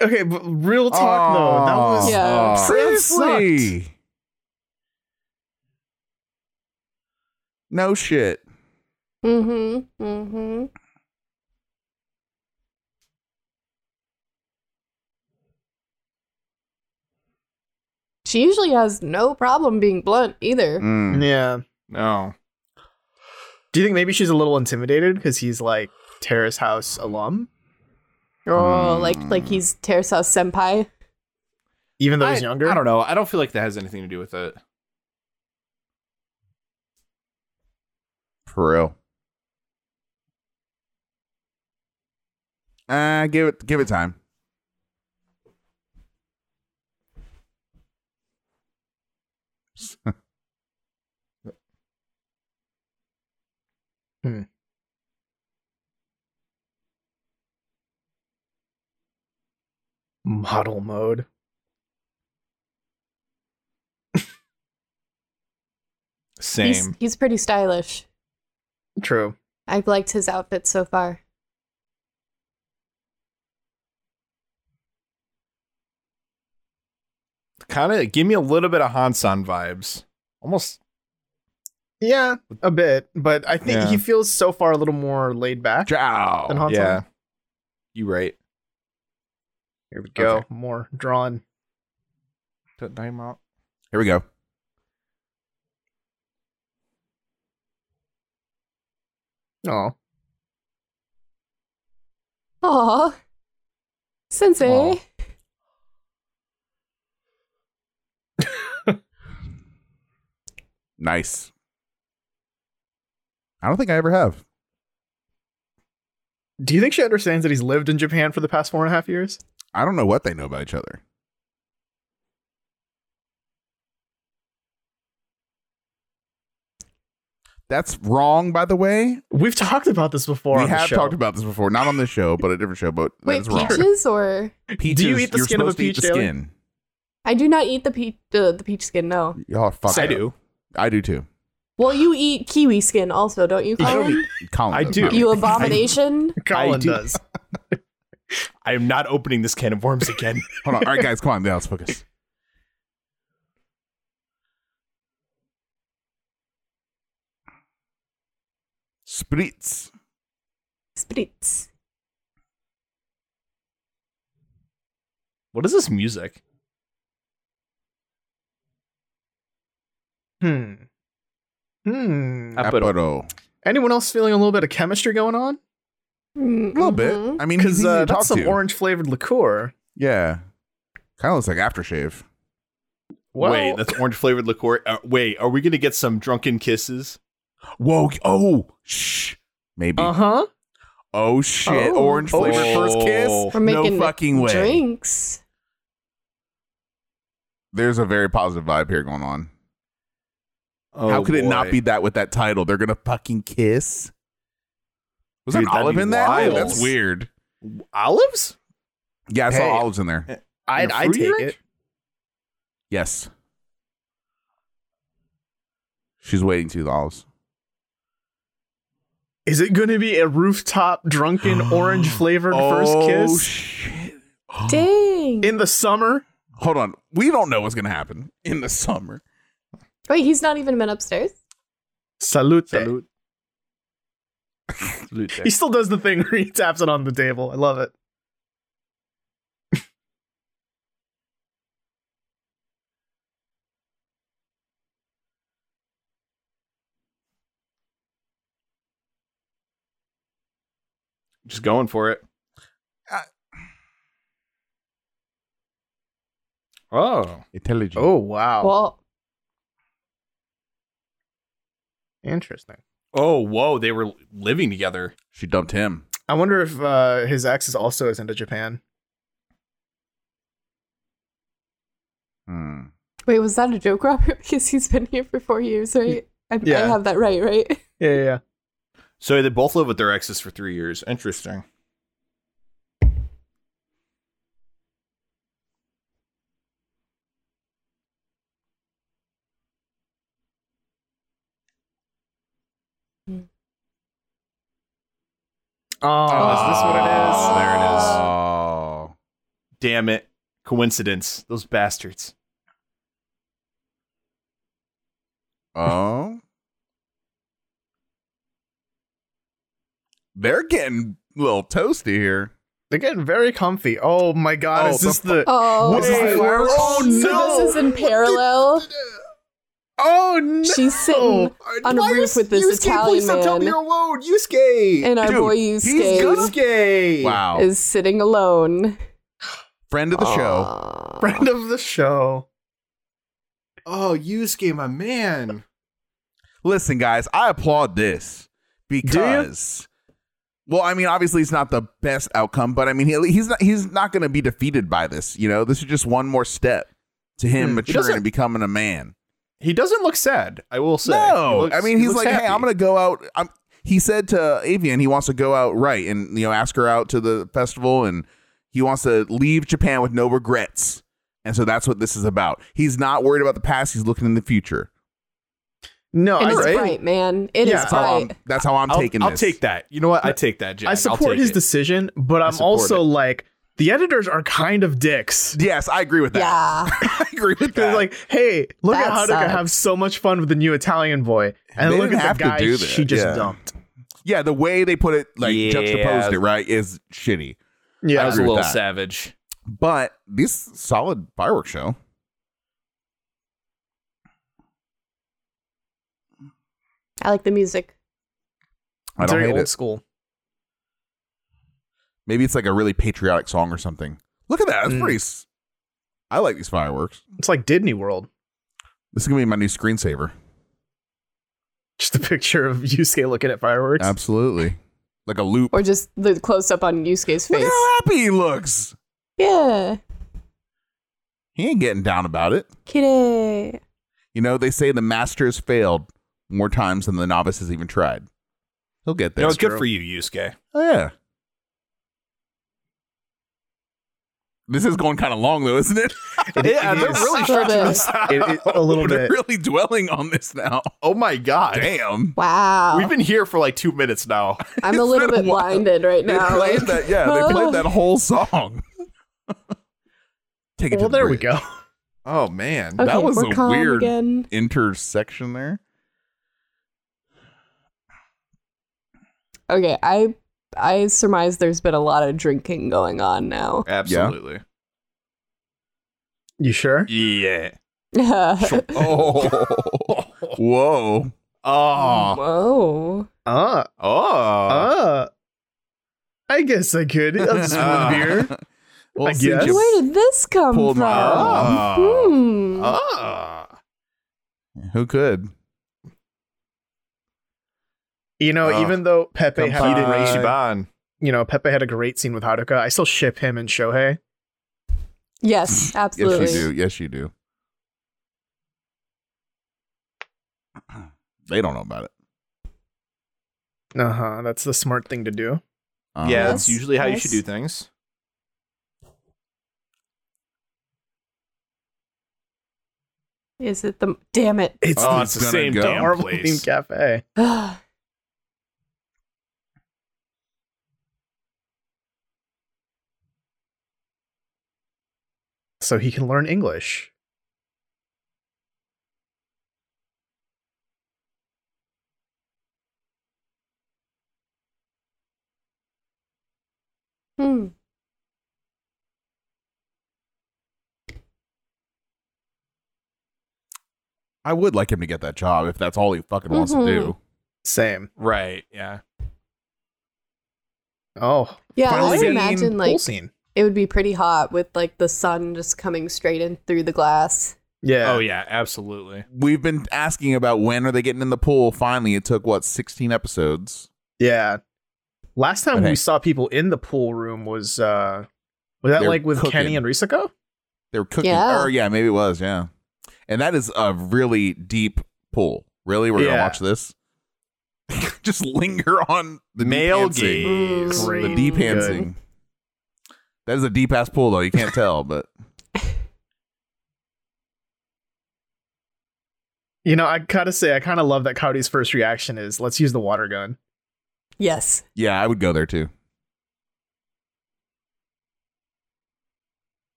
A: Okay, but real talk though, that was
B: Yeah.
A: Seriously.
C: Seriously. No shit.
B: Mm-hmm. Mm-hmm. She usually has no problem being blunt either.
C: Mm.
A: Yeah.
D: No.
A: Do you think maybe she's a little intimidated because he's like Terrace House alum,
B: Oh,
C: Mm.
B: like like he's Terrace House senpai.
A: even though
D: I,
A: he's younger?
D: I don't know. I don't feel like that has anything to do with it.
C: For real. Uh, give it give it time.
A: Model mode.
D: Same.
B: He's he's pretty stylish.
A: True.
B: I've liked his outfit so far.
D: kind of give me a little bit of Hansan vibes. Almost.
A: Yeah, a bit, but I think
D: Yeah.
A: he feels so far a little more laid back.
D: Jow.
A: And Hansan.
D: Yeah. You right.
A: Here we go.
D: Okay.
A: More drawn.
D: Put name out.
C: Here we go.
A: Oh,
B: Aw. Sensei.
D: Aw.
C: Nice. I don't think I ever have.
A: do you think she understands that he's lived in Japan for the past four and a half years?
C: I don't know what they know about each other. That's wrong, by the way.
A: We've talked about this before.
C: we
A: on the
C: have
A: show.
C: talked about this before, not on this show, but a different show. But
B: Wait,
C: that's wrong.
B: (laughs) peaches or
A: Do you
C: Peaches,
A: eat the
C: you're
A: skin of a
C: supposed to eat
A: peach,
C: the
A: Taylor?
C: skin.
B: I do not eat the peach the, the peach skin, no.
C: Y'all are fucked
D: I
C: up.
D: do.
C: I do too.
B: Well, you eat kiwi skin also, don't you,
D: I don't
C: (laughs)
B: Colin?
C: Colin
D: I
C: does
D: do.
C: not.
B: You abomination.
A: Colin
D: I do-
A: does.
D: (laughs) I am not opening this can of
A: (laughs)
D: worms again.
C: Hold on. All right, guys, come on. Now let's focus. Spritz.
B: Spritz.
D: what is this music?
A: Hmm. Hmm.
C: Uh,
D: Apero.
C: Apero.
A: Anyone else feeling a little bit of chemistry going on?
C: A little
B: Mm-hmm.
C: bit. I mean, he's easy
A: uh,
C: to talk
A: that's some
C: to.
A: orange flavored liqueur.
C: yeah. Kind of looks like aftershave.
A: Well,
D: wait, (laughs) that's orange flavored liqueur. Uh, wait, are we gonna get some drunken kisses?
C: Whoa. Oh, shh. Maybe.
A: uh huh.
C: oh, shit.
B: Uh-huh. Oh.
C: Orange flavored first
D: Oh.
C: kiss.
B: We're making
C: no fucking way.
B: Drinks.
C: There's a very positive vibe here going on.
D: Oh,
C: How could it not
D: boy.
C: be that with that title? They're going to fucking kiss. Was there
D: Dude,
C: an
D: that'd
C: olive
D: be
C: in that?
D: wild.
C: That's weird.
D: olives?
C: Yeah, I saw
A: Hey.
C: olives in there.
A: I'd,
D: a
A: I'd
D: fruity
A: take
D: drink?
A: it.
C: Yes. She's waiting to the olives.
A: Is it going to be a rooftop
C: (gasps)
A: drunken orange flavored first
C: Oh,
A: kiss
D: (gasps)
C: shit.
B: Dang.
A: in the summer?
C: (gasps) Hold on. We don't know what's going to happen in the summer.
B: Wait, he's not even been upstairs?
A: Salute.
D: (laughs) Salute. Salute.
A: He still does the thing where he taps it on the table. I love it.
D: Just going for it.
C: Uh,
D: Oh.
C: Intelligent.
A: Oh wow,
B: Well,
A: interesting.
D: Oh, whoa, they were living together.
C: She dumped him.
A: I wonder if uh, his ex is also is into Japan.
C: Hmm.
B: wait, was that a joke, (laughs) Robert? Because he's been here for four years, right? I, I
A: Yeah.
B: have that right,
C: (laughs)
B: right?
A: Yeah, yeah. yeah.
D: So they both lived with their exes for three years. Interesting.
A: Oh,
D: this what it is? There it is.
C: Oh.
D: Damn it. Coincidence. Those bastards.
C: Oh. They're getting a little toasty here.
A: They're getting very comfy. Oh my god,
C: Oh,
A: is this the
B: Oh,
A: What's
C: the fireworks? Oh,
B: so
C: no!
B: this is in parallel.
A: Oh no!
B: She's sitting on a
C: Why
B: roof
C: is
B: with this
C: Yusuke,
B: Italian
C: Please don't tell me you're
B: man,
C: alone, Yusuke.
B: and our
C: Dude,
B: boy
C: he's
B: Yusuke
C: gonna-
A: Yusuke.
C: Wow,
B: is sitting alone.
C: friend of the show.
B: Aw.
A: Friend of the show.
C: Oh, Yusuke, my man. Listen, guys, I applaud this because. Well, I mean, obviously it's not the best outcome, but I mean, he, he's not he's not going to be defeated by this. You know, this is just one more step to him
A: Hmm. He
C: maturing
D: doesn't-
C: and becoming a man.
D: He doesn't look sad. I will say.
C: No,
D: He looks-
C: I mean
D: he
C: he's
D: looks
C: like, hey,
D: happy.
C: I'm gonna go out. I'm, he said to Avian he wants to go out right and you know ask her out to the festival and he wants to leave Japan with no regrets. And so that's what this is about. He's not worried about the past. He's looking in the future. Oh,
A: No,
B: And
A: I,
B: it's
D: Alright.
B: bright, man. It is
A: Yeah.
C: That's how
B: bright.
C: I'm, that's how I'm
D: I'll-
C: taking
D: I'll
C: this.
D: take that. You know what? I take that, Jack.
A: I
D: I'll
A: support
D: take
A: his
D: it.
A: decision, but I'm
D: support
A: also
D: it.
A: like the editors are kind of dicks.
C: Yes, I agree with that.
B: yeah.
C: (laughs) I agree with
A: They're
C: that.
A: like, hey, look
B: That
A: at Haruka
B: sucks.
A: have so much fun with the new Italian boy, and
C: They
A: look
C: didn't
A: at
C: have
A: the
C: to
A: guy
C: do that,
A: she just
C: yeah.
A: dumped.
C: yeah, the way they put it, like
D: Yeah.
C: juxtaposed it, right, is shitty.
D: I
A: Yeah,
D: was a
C: agree with
D: little
C: that.
D: savage.
C: But this solid fireworks show.
B: I like the music.
C: I don't
A: very
C: hate
A: old
C: it.
A: school.
C: Maybe it's like a really patriotic song or something. Look at that. That's
A: Mm.
C: pretty. s- I like these fireworks.
A: It's like Disney World. (laughs)
C: This is gonna be my new screensaver.
A: Just a picture of Yusuke looking at fireworks.
C: Absolutely, like a loop.
B: Or just the close up on Yusuke's
C: Look at (laughs)
B: face.
C: how happy he looks.
B: Yeah.
C: He ain't getting down about it.
B: Kitty.
C: You know, they say the master has failed more times than the novice has even tried. He'll get
D: You
C: there.
D: know, it's good
A: true.
D: for you, Yusuke.
C: Oh, yeah. This is going kind of long though, isn't it?
A: It- it
D: they're
A: is. Ah,
D: really
B: Little
D: stretching
B: bit.
D: this out.
A: It- it-
C: (laughs)
A: a little
C: They're
A: bit.
C: really dwelling on this now.
D: Oh my god.
C: Damn.
B: Wow.
D: (laughs) We've been here for like two minutes now.
B: I'm a
C: It's
B: little
C: been a
B: bit
C: while.
B: blinded right
C: They
B: now.
C: played
B: like-
C: that. Yeah, they played that whole song. Take it.
A: Well,
C: to the
A: there we
C: bridge.
A: go. (laughs)
D: Oh man.
B: Okay,
C: That was
B: we're
C: a
B: calm
C: weird-
B: again.
C: Intersection there.
B: Okay, I I surmise there's been a lot of drinking going on now.
D: Absolutely.
A: You sure?
D: (laughs) Yeah.
C: Oh, (laughs) whoa.
B: (laughs)
D: Oh.
B: Whoa.
A: Uh,
D: Oh. Oh.
A: uh. I guess I could. I'll just
D: Ah.
A: one
C: (laughs)
A: beer.
C: Well,
A: I
C: since you
A: guess.
B: Where did this come
C: Pulled
B: from?
C: my Uh, arm.
B: Hmm.
D: Ah.
C: Who could?
A: You know,
C: Ah.
D: Oh.
A: even though Pepe had a
D: Competed
A: great,
D: Ichiban.
A: you know, Pepe had a great scene with Haruka, I still ship him and Shohei.
B: Yes, absolutely.
C: Yes, you do. Yes, you do. (clears throat) They don't know about it.
A: Uh huh. That's the smart thing to do.
C: Uh,
D: Yeah,
B: Yes,
D: that's usually how you should
B: yes.
D: do things.
B: Is it the damn it? (sighs) Hmm.
A: It's
D: Oh,
A: the
D: it's the
C: gonna
D: same
C: go.
D: damn
A: Marvel
D: place.
A: themed cafe. so he can learn English.
B: Hmm.
C: I would like him to get that job if that's all he fucking wants to do.
A: Same.
D: Right. Yeah.
A: Oh,
B: Yeah,
A: finally
B: I would
A: getting
B: imagine
A: pool
B: like
A: scene.
B: it would be pretty hot with like the sun just coming straight in through the glass.
A: Yeah.
D: Oh yeah. Absolutely.
C: We've been asking about when are they getting in the pool. Finally, it took what sixteen episodes.
A: Yeah. Last time
C: Okay.
A: we saw people in the pool room was uh was that
C: They're
A: like with
C: cooking.
A: Kenny and Risako?
C: They were cooking.
B: Yeah.
C: Or yeah, maybe it was. Yeah, and that is a really deep pool. Really, we're gonna
A: Yeah.
C: watch this. (laughs) Just linger on the deep
D: Male
C: hand scene.
D: gaze.
B: Mm.
A: Great.
C: The deep hand
A: Good.
C: scene. That is a deep ass pool though. You can't (laughs) tell, but
A: You know, I gotta say, I kind of love that Cody's first reaction is let's use the water gun.
B: Yes.
C: yeah, I would go there too.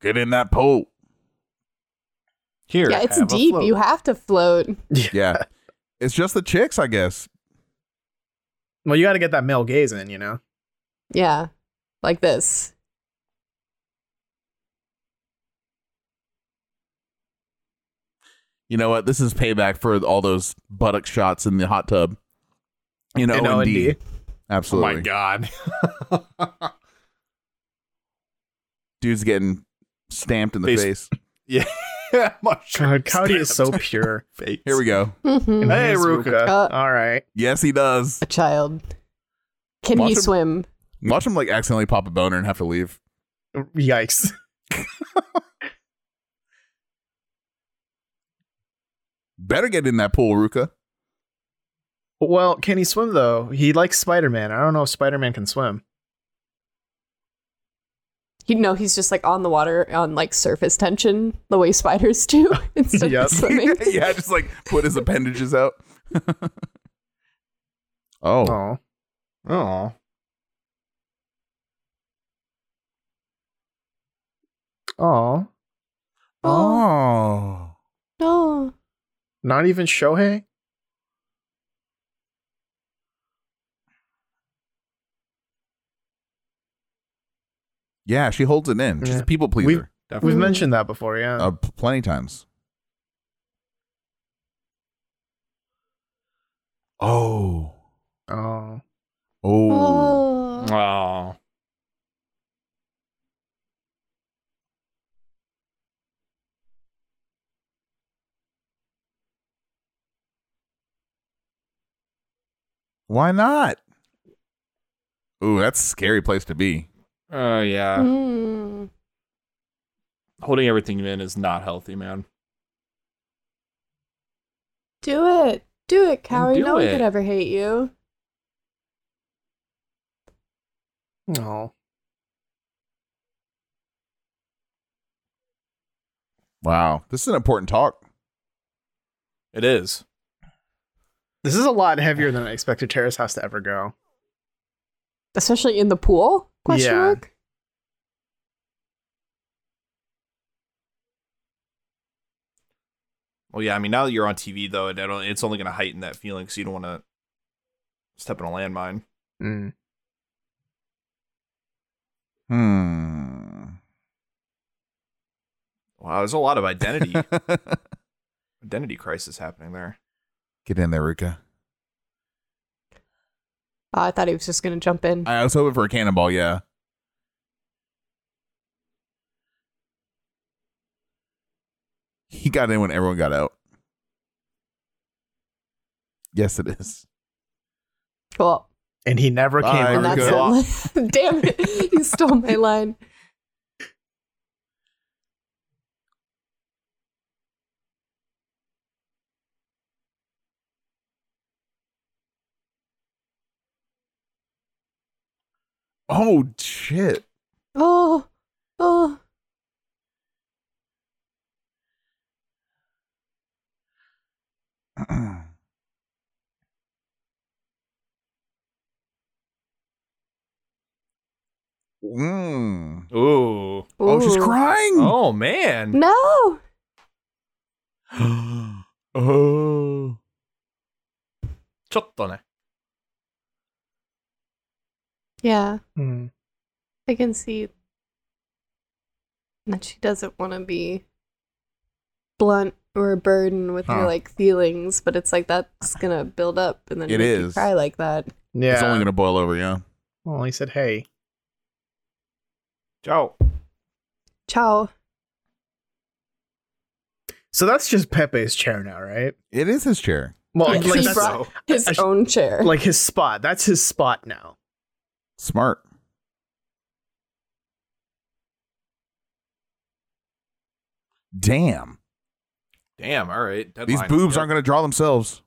C: Get in that pool.
D: Here.
B: yeah, it's
D: have a
B: deep.
D: float.
B: You have to float.
C: Yeah. It's just the chicks, I guess.
A: Well, you gotta get that male gaze in, you know?
B: Yeah. Like this.
C: You know what? This is payback for all those buttock shots in the hot tub. You know,
A: In
C: and
A: O&D.
C: D. Absolutely.
D: Oh my god. (laughs)
C: Dude's getting stamped in the
D: Face-
C: face.
A: (laughs)
D: My
A: God,
D: shirt
A: Cowdy is so
D: stamped
B: (laughs)
A: pure.
D: in my face.
C: (laughs) Here we go.
B: Mhm.
A: And
D: Hey,
A: here's
D: Ruka.
A: Ruka.
B: Uh,
A: All right.
C: Yes, he does.
B: A child. Can
C: Watch
B: he
C: him-
B: swim?
C: Watch him like accidentally pop a boner and have to leave.
A: Yikes.
C: Better get in that pool, Ruka. (laughs)
A: Well, can he swim though? He likes Spider Man. I don't know if Spider Man can swim.
B: He no, he's just like on the water on like surface tension, the way spiders do (laughs) instead
A: Yep.
B: of swimming.
C: (laughs) yeah, just like put his appendages out. (laughs) oh,
A: Oh. Oh. Oh.
B: Oh,
C: Oh.
B: no.
A: Not even Shohei?
C: Yeah, she holds it in. She's
A: Yeah.
C: a people pleaser.
A: We've
B: Mm.
A: mentioned that before, yeah.
C: Uh, p- plenty times. Oh.
A: oh.
C: Oh.
B: Oh.
D: Oh.
C: Why not? Ooh, that's a scary place to be.
D: Oh yeah.
B: Mm.
D: Holding everything in is not healthy, man.
B: Do it. Do it, Cowie.
D: do
B: no one
D: it.
B: could ever hate you.
A: Oh.
C: Wow. This is an important talk.
D: It is.
A: This is a lot heavier than I expected Terrace House to ever go.
B: Especially in the pool? Question
A: Yeah.
B: mark?
D: Well, yeah. I mean, now that you're on TV, though, it, it'll- it's only going to heighten that feeling because you don't want to step in a landmine.
A: Mm.
C: Hmm.
D: Wow, there's a lot
B: (laughs)
D: of identity
C: (laughs)
D: identity crisis happening there.
C: Get in there, Ruka.
B: Oh, I thought he was just gonna jump in.
C: I was hoping for a cannonball, yeah. He got in when everyone got out. Yes, it is.
B: cool.
A: And he never
C: Bye,
A: came.
B: And
A: up.
B: that's
C: go.
B: it. (laughs) Damn it. You stole my line.
C: Oh shit. (clears throat)
B: Oh. Oh.
C: Mm.
D: Ooh.
C: Oh, she's
B: Ooh.
C: crying.
D: Oh
B: Mm.
D: man.
B: No.
C: oh.
D: ちょっとね。
B: Yeah.
A: Mm.
B: I can see that she doesn't want to be blunt or a burden with her
C: Huh.
B: like feelings, but it's like that's gonna build up and then
C: It
B: make you
C: is.
B: cry like that.
A: Yeah.
C: (gasps) It's only gonna boil over, yeah.
A: well, he said, hey.
D: Ciao.
B: Ciao.
A: So that's just Pepe's chair now, right?
C: It is his chair.
A: Well,
B: Yeah,
A: like,
B: he
A: that's,
B: brought- His
A: I sh-
B: own chair.
A: like his spot. That's his spot now.
C: Smart. Damn.
D: Damn. All right. Deadline.
C: These boobs aren't going to draw themselves.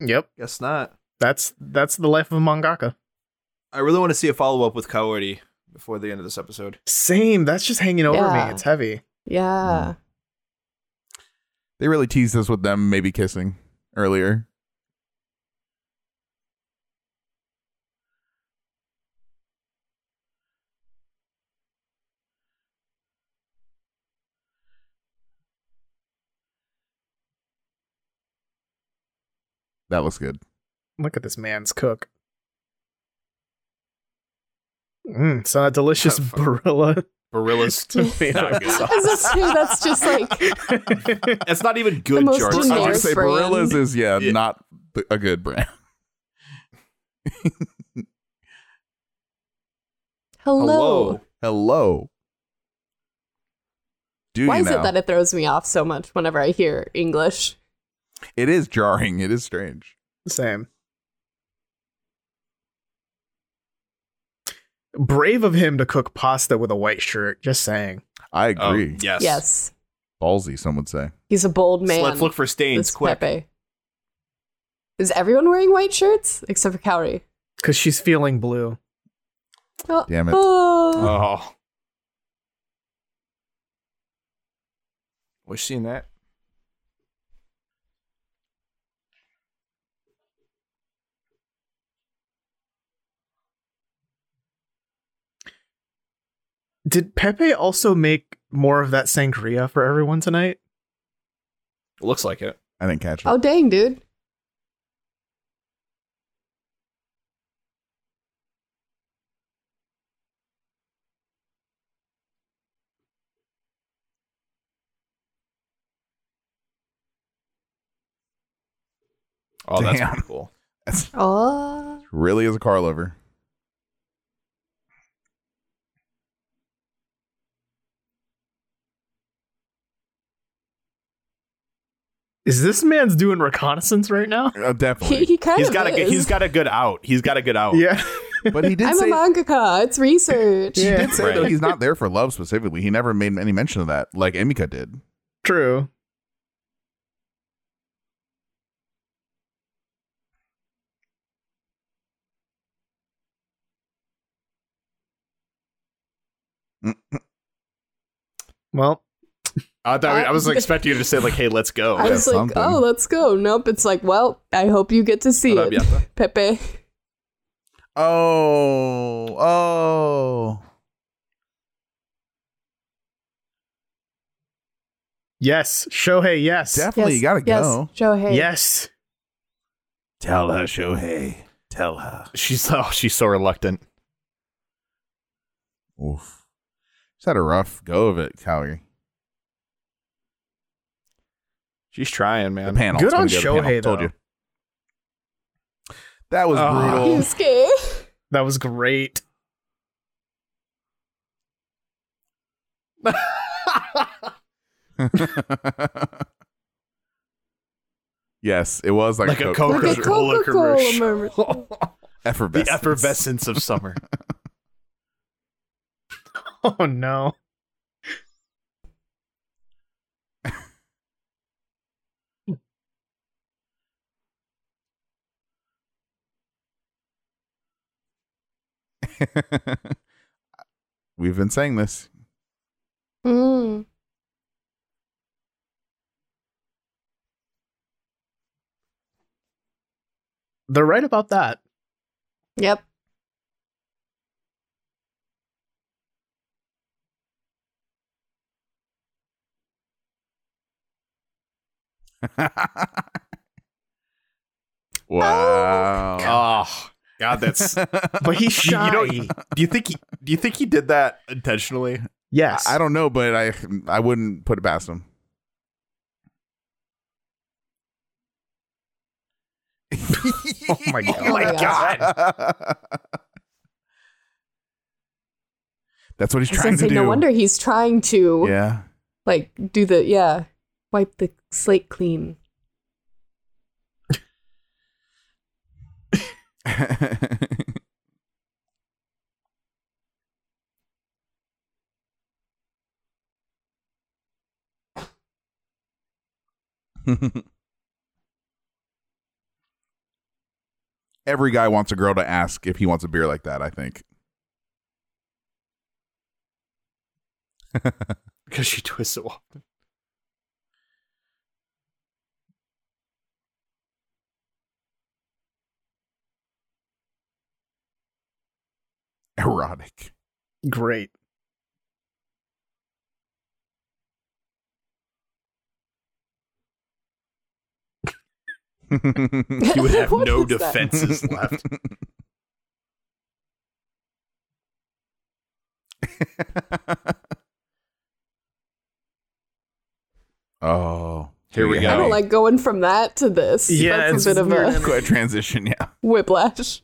A: Yep.
D: Guess not.
A: That's that's the life of a mangaka.
D: I really want to see a follow up with Coyote before the end of this episode.
A: Same. That's just hanging over
B: Yeah.
A: me. It's heavy.
C: (laughs)
B: yeah.
C: They really teased us with them maybe kissing earlier. That looks good.
A: Look at this man's cook. Mm, it's not (laughs) delicious Barilla
B: (laughs)
D: Barilla's.
A: tomato
D: Not good.
B: Is that true? That's just like
A: sauce.
D: That's not even good,
B: most
D: George.
C: I was
B: generic
C: gonna say
B: brand.
C: Barilla's is yeah,
D: Yeah.
C: not th- a good brand.
B: hello.
D: (laughs) Hello.
C: Hello. Do
B: Why
C: you
B: is
C: now?
B: it that it throws me off so much whenever I hear English?
C: it is jarring. It is strange.
A: (laughs) Same. Brave of him to cook pasta with a white shirt. Just saying.
C: I
D: Oh,
C: agree.
D: yes.
B: Yes,
C: Ballsy, some would say.
B: he's a bold man.
D: So let's look for stains
B: This
D: quick.
B: Pepe. Is everyone wearing white shirts except for Cowrie?
A: Because she's feeling blue.
B: Oh,
C: Damn it.
B: oh.
D: Oh. Was she in that?
A: Did Pepe also make more of that sangria for everyone tonight?
D: Looks like it.
C: I didn't catch it.
B: oh dang, dude!
D: Oh, that's
C: Damn.
D: pretty cool.
C: That's-
B: Oh,
C: really is a car lover.
A: Is this man's doing reconnaissance right now?
B: (laughs)
C: Uh,
B: he,
C: definitely.
B: he kind
D: He's
B: of
D: got a
B: is.
D: good, he's got a good out. He's got a good
C: Oh.
D: out.
A: Yeah.
B: (laughs)
C: but he did
B: I'm
C: say
B: a mangaka. It's research.
A: Yeah.
C: he did say
D: Right.
C: though he's not there for love specifically. He never made any mention of that, like Emika did.
A: True. Well,
D: I, thought, I was
B: Uh,
D: expecting you to say like, "Hey, let's go."
B: I
C: Yeah,
B: was like,
C: something.
B: oh, let's go. Nope. It's like, well, I hope you get to see
D: But, um,
B: it,
D: yeah.
B: Pepe.
C: Oh, oh.
A: yes, Shohei, yes.
C: Definitely, you gotta
B: yes,
C: go.
B: Shohei.
A: Yes.
C: Tell her, Shohei. Tell her.
D: She's oh, she's so reluctant.
C: Oof. She's had a rough go of it, Cowrie.
D: She's trying,
C: The
D: man.
C: panel.
A: Good
C: It's gonna
A: on
C: be the panel.
A: Shohei,
C: Told
A: though.
C: you. That was
D: Oh.
C: brutal.
B: Yusuke.
A: That was great.
C: (laughs) yes, it was like,
D: Like a
C: Coke
B: Like
D: Coke
B: a
D: Coca-Cola
B: Coca Cola
D: commercial.
B: moment.
C: effervescence.
D: (laughs) the effervescence of summer.
A: Oh no.
C: (laughs) We've been saying this. (laughs)
B: Mm.
A: They're right about that.
B: Yep.
C: wow.
D: oh, God, that's.
A: But
C: (laughs)
A: he's
D: You-
A: shy.
D: you know- do you think he? Do you think he did that intentionally?
A: yes.
C: I, I don't know, but I I wouldn't put it
A: (laughs)
C: past him. oh
B: (laughs)
A: my God.
D: Oh my God.
C: (laughs) That's what
B: I was
C: he's
B: gonna
C: trying to
B: say,
C: do.
B: no wonder he's trying to
C: Yeah.
B: like do the yeah, wipe the slate clean.
C: (laughs) Every guy wants a girl to ask if he wants a beer like that, I think.
D: Because she twists it. Off.
C: Erotic.
A: Great.
C: (laughs)
D: He would have
B: What
D: no
B: is that?
D: defenses left.
C: oh,
D: Here we
B: I
D: go.
B: don't like going from that to this.
A: Yeah,
B: That's a
A: it's
B: bit of
A: weird.
B: a
C: Quite a transition, yeah.
B: whiplash.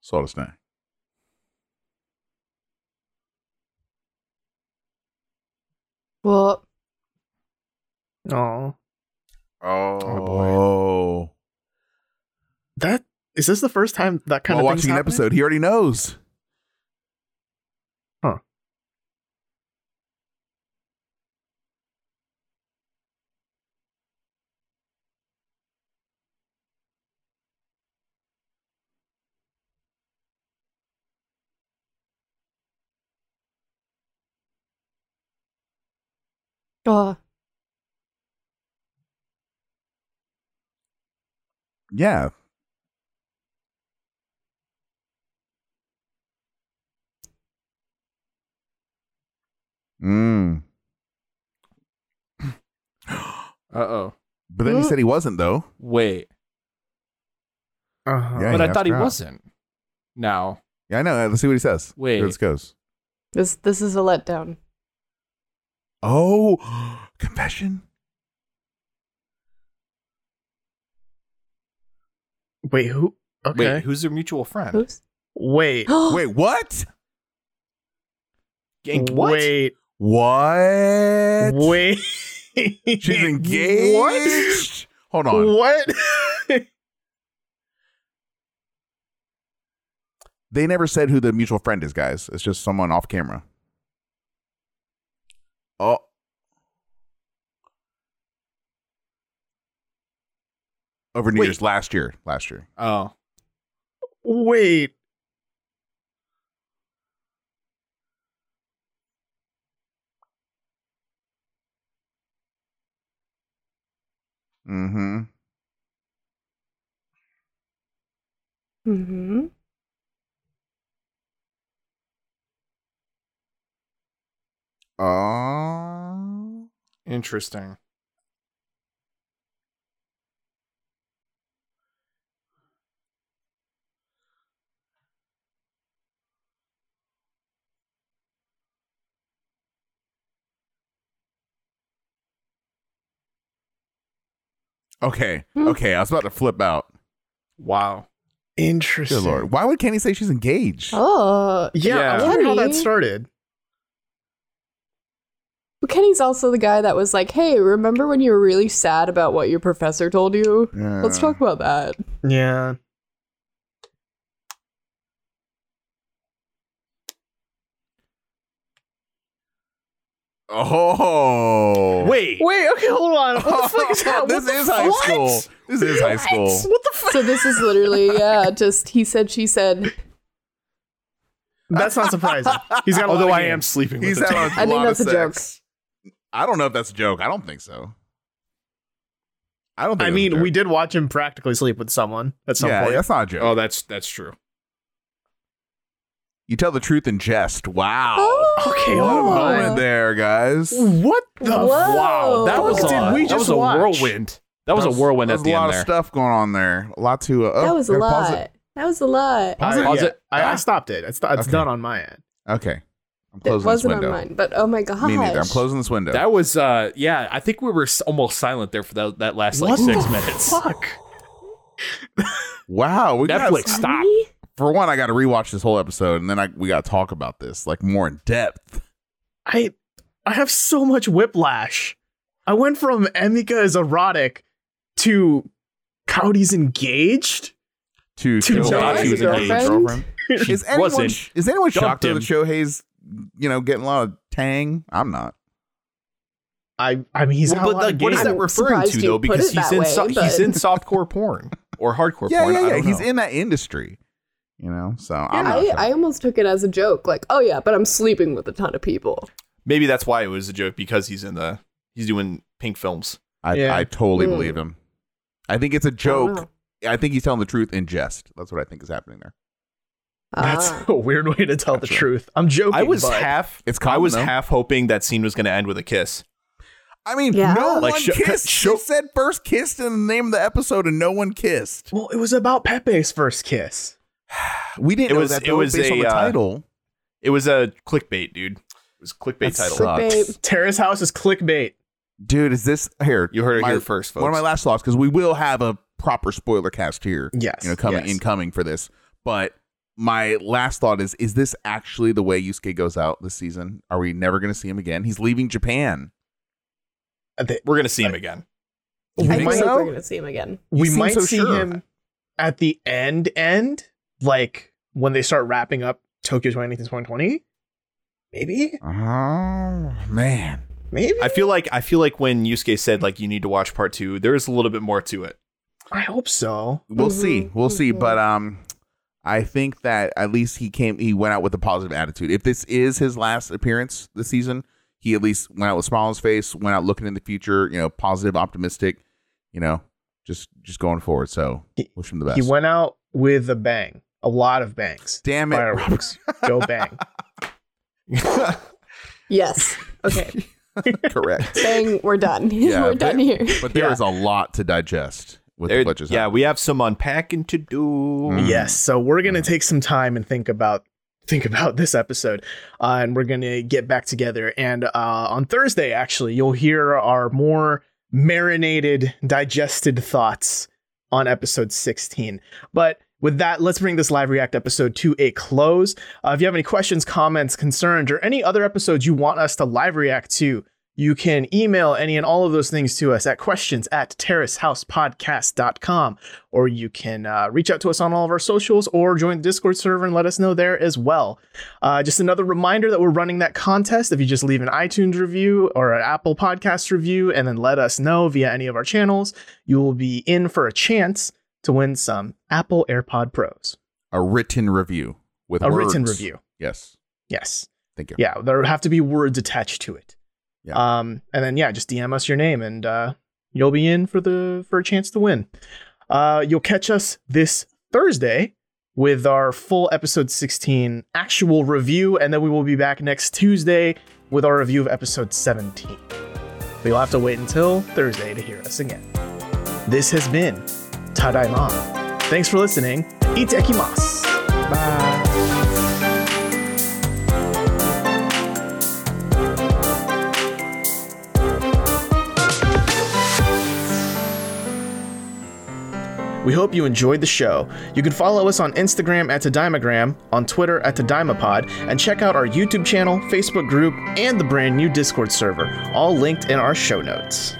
C: Salt of snack.
B: Well,
A: Oh,
C: Oh,
A: boy.
C: oh
A: that is this the first time that kind
C: while
A: of thing's
C: watching an
A: happening?
C: episode, he already knows.
B: oh,
C: Yeah, Mm.
D: Uh oh.
C: But then he said he wasn't though.
D: Wait.
A: Uh-huh.
C: Yeah.
D: but I
C: that's
D: thought he
C: right.
D: wasn't. Now.
C: Yeah, I know. Let's see what he says.
D: Wait.
C: Here this goes.
B: this this is a letdown.
C: Oh, (gasps) confession.
A: Wait, who? Okay.
D: Wait, who's their mutual friend?
B: Oops. (gasps)
C: (gasps)
A: Wait.
C: Wait, what?
D: Gank- what?
A: Wait.
C: What?
A: Wait.
C: (laughs)
A: (laughs)
C: She's engaged.
A: What?
C: Hold on.
A: What? (laughs)
C: They never said who the mutual friend is, guys. It's just someone off camera. Oh. Over New
D: Wait.
C: Year's last year. Last year.
D: Oh.
A: Wait.
C: Mm-hmm.
B: Mm-hmm.
C: Oh.
D: Interesting.
C: Okay.
B: Hmm.
C: Okay. I was about to flip out.
D: Wow.
A: Interesting.
C: Good lord. Why would Kenny say she's engaged?
B: Oh,
A: Yeah,
D: Yeah.
A: I wonder how that
B: Kenny.
A: started.
B: Well, Kenny's also the guy that was like, "Hey, remember when you were really sad about what your professor told you? Let's
C: Yeah.
B: talk about that."
A: Yeah.
C: Oh.
B: (laughs)
D: Wait.
A: Wait, okay, hold on. What the fuck
C: (laughs)
A: is that?
C: this
A: what the
C: is high
A: fuck?
C: school. This is high
A: What?
C: school.
A: What the fuck?
B: So this is
C: (laughs)
B: literally, yeah, just he said, she said.
A: That's not surprising. He's got a
D: Although
A: lot
D: I
A: of
D: am
A: games.
D: sleeping
C: He's
D: with the
C: had
D: dog.
C: a
B: I think
C: lot
B: that's
C: of
B: a joke.
C: sex. I don't know if that's a joke. I don't think so. I don't think
A: I
C: that's a
A: mean,
C: joke.
A: we did watch him practically sleep with someone at some
C: yeah,
A: point.
C: that's not a joke.
D: Oh, that's that's true.
C: You tell the truth in jest. Wow.
B: Oh.
A: Okay,
C: What a
A: hold on.
C: moment there, guys.
A: What the
B: Whoa.
A: fuck?
D: wow, that
A: Fuck
D: was a,
A: did we
D: that
A: just
D: was a
A: watch?
D: whirlwind. That was a whirlwind
C: There
D: at
C: was
D: the
C: a lot
D: end
C: of
D: there.
C: stuff going on there. A lot to. Uh, oh,
B: that was a
C: gotta pause it.
B: lot. That was a lot.
D: Pause it,
A: I,
D: pause it.
A: I, I stopped it. It's, it's
C: Okay.
A: done on my end.
C: Okay, I'm
B: It
C: closing this
B: wasn't on
C: window.
B: mine, but oh my gosh.
C: Me neither. I'm closing this window.
D: That was uh yeah, I think we were s- almost silent there for that, that last like
A: What
D: 6
A: the
D: minutes.
A: Fuck.
C: wow, we got
D: Netflix, stop.
B: Me?
C: for one, I got to rewatch this whole episode, and then I we got to talk about this like more in depth.
A: I I have so much whiplash. I went from Emika is erotic to Cody's engaged.
C: To,
A: To
C: Shohei's
A: John's
B: girlfriend?
D: She
C: Is anyone
D: wasn't.
C: is anyone
D: Dumped
C: shocked
D: him.
C: that Shohei's you know getting a lot of tang? I'm not.
A: I I mean he's
D: Well,
A: out a
D: but
A: lot
D: like,
A: of
D: what is
A: games.
D: that
B: I'm
D: referring
B: surprised
D: to
B: you
D: though?
B: put
D: Because
B: it
D: he's
B: that
D: in
B: way,
D: so-
B: but-
D: he's in softcore porn or hardcore
C: yeah,
D: porn. I
C: yeah, yeah.
D: don't
C: He's
D: know.
C: in that industry, you know. So I'm not.
B: I,
C: shocked.
B: I almost took it as a joke, like, oh yeah, but I'm sleeping with a ton of people.
D: Maybe that's why it was a joke because he's in the he's doing pink films.
C: I,
A: Yeah.
C: I totally
B: Mm.
C: believed him. I think it's a
B: know.
C: joke. I think he's telling the truth in jest. That's what I think is happening there.
A: That's
B: Ah.
A: a weird way to tell the truth. I'm joking.
E: I was
A: but
E: half.
C: It's
E: I
C: common,
E: was
C: though.
E: half hoping that scene was going to end with a kiss.
C: I mean,
B: Yeah.
C: no
D: Like,
C: one
D: sho-
C: kissed.
D: sho-
C: She said first kissed in the name of the episode, and no one kissed.
A: well, it was about Pepe's first kiss.
C: We didn't
E: It
C: know
E: was-
C: that.
E: it
C: though,
E: was
C: based on
E: a,
C: the
E: uh,
C: title.
E: It was a clickbait, dude. It was a clickbait
C: That
E: title.
C: sucks.
B: Clickbait.
A: Terrace House is clickbait.
C: Dude, is this here?
E: You heard it
C: my-
E: here first, folks.
C: One of my last thoughts, because we will have a proper spoiler cast here.
A: Yes.
C: you know, coming
A: yes.
C: incoming for this. But my last thought is: Is this actually the way Yusuke goes out this season? Are we never going to see him again? He's leaving Japan.
A: Uh, they-
E: We're gonna see him again.
A: We
B: I
A: might,
B: think
C: so?
B: we're gonna see him again.
A: we
C: seem
A: might
C: so
A: see
C: sure.
A: him at the end, end, like when they start wrapping up Tokyo 2019 2020. Maybe,
C: Oh man,
A: maybe.
E: I feel like I feel like when Yusuke said like you need to watch part two, there is a little bit more (laughs) to it.
A: I hope so.
C: we'll
B: Mhm,
C: see, we'll see.
B: mhm.
C: But um, I think that at least he came, he went out with a positive attitude. If this is his last appearance this season, he at least went out with a smile on his face, went out looking in the future, you know, positive, optimistic, you know, just just going forward. So
A: He-
C: wish him the best.
A: He went out with a bang, a lot of bangs.
C: Damn it,
A: Fireworks. Go bang.
C: (laughs)
B: Yes. Okay.
C: (laughs)
A: (laughs)
C: correct.
B: Saying we're done. (laughs)
C: Yeah,
B: we're
C: but-
B: done here.
C: But there
A: Yeah.
C: is a lot to digest with
E: There-
C: the Fletcher's.
E: yeah,
C: House.
E: we have some unpacking to do.
C: Mm.
A: Yes. So we're gonna take some time and think about think about this episode, uh, and we're gonna get back together. And uh, on Thursday, actually, you'll hear our more marinated, digested thoughts on episode 16. But with that, let's bring this live react episode to a close. Uh, if you have any questions, comments, concerns, or any other episodes you want us to live react to, you can email any and all of those things to us at questions at terracehousepodcast.com or you can uh, reach out to us on all of our socials or join the Discord server and let us know there as well. Uh, just another reminder that we're running that contest. If you just leave an iTunes review or an Apple Podcast review and then let us know via any of our channels, you will be in for a chance to win some Apple AirPod Pros.
C: a written review with
A: A written
C: words.
A: review.
C: Yes,
A: Yes.
C: thank you.
A: Yeah. There would have to be words attached to it.
C: Yeah.
A: Um, and then yeah, just DM us your name and uh, you'll be in for the for a chance to win. Uh, you'll catch us this Thursday with our full episode 16 actual review, and then we will be back next Tuesday with our review of episode 17. But you'll have to wait until Thursday to hear us again. This has been Tadaima. Thanks for listening. Itekimasu. Bye. We hope you enjoyed the show. You can follow us on Instagram at Tadimagram, on Twitter at Tadimapod, and check out our YouTube channel, Facebook group, and the brand new Discord server, all linked in our show notes.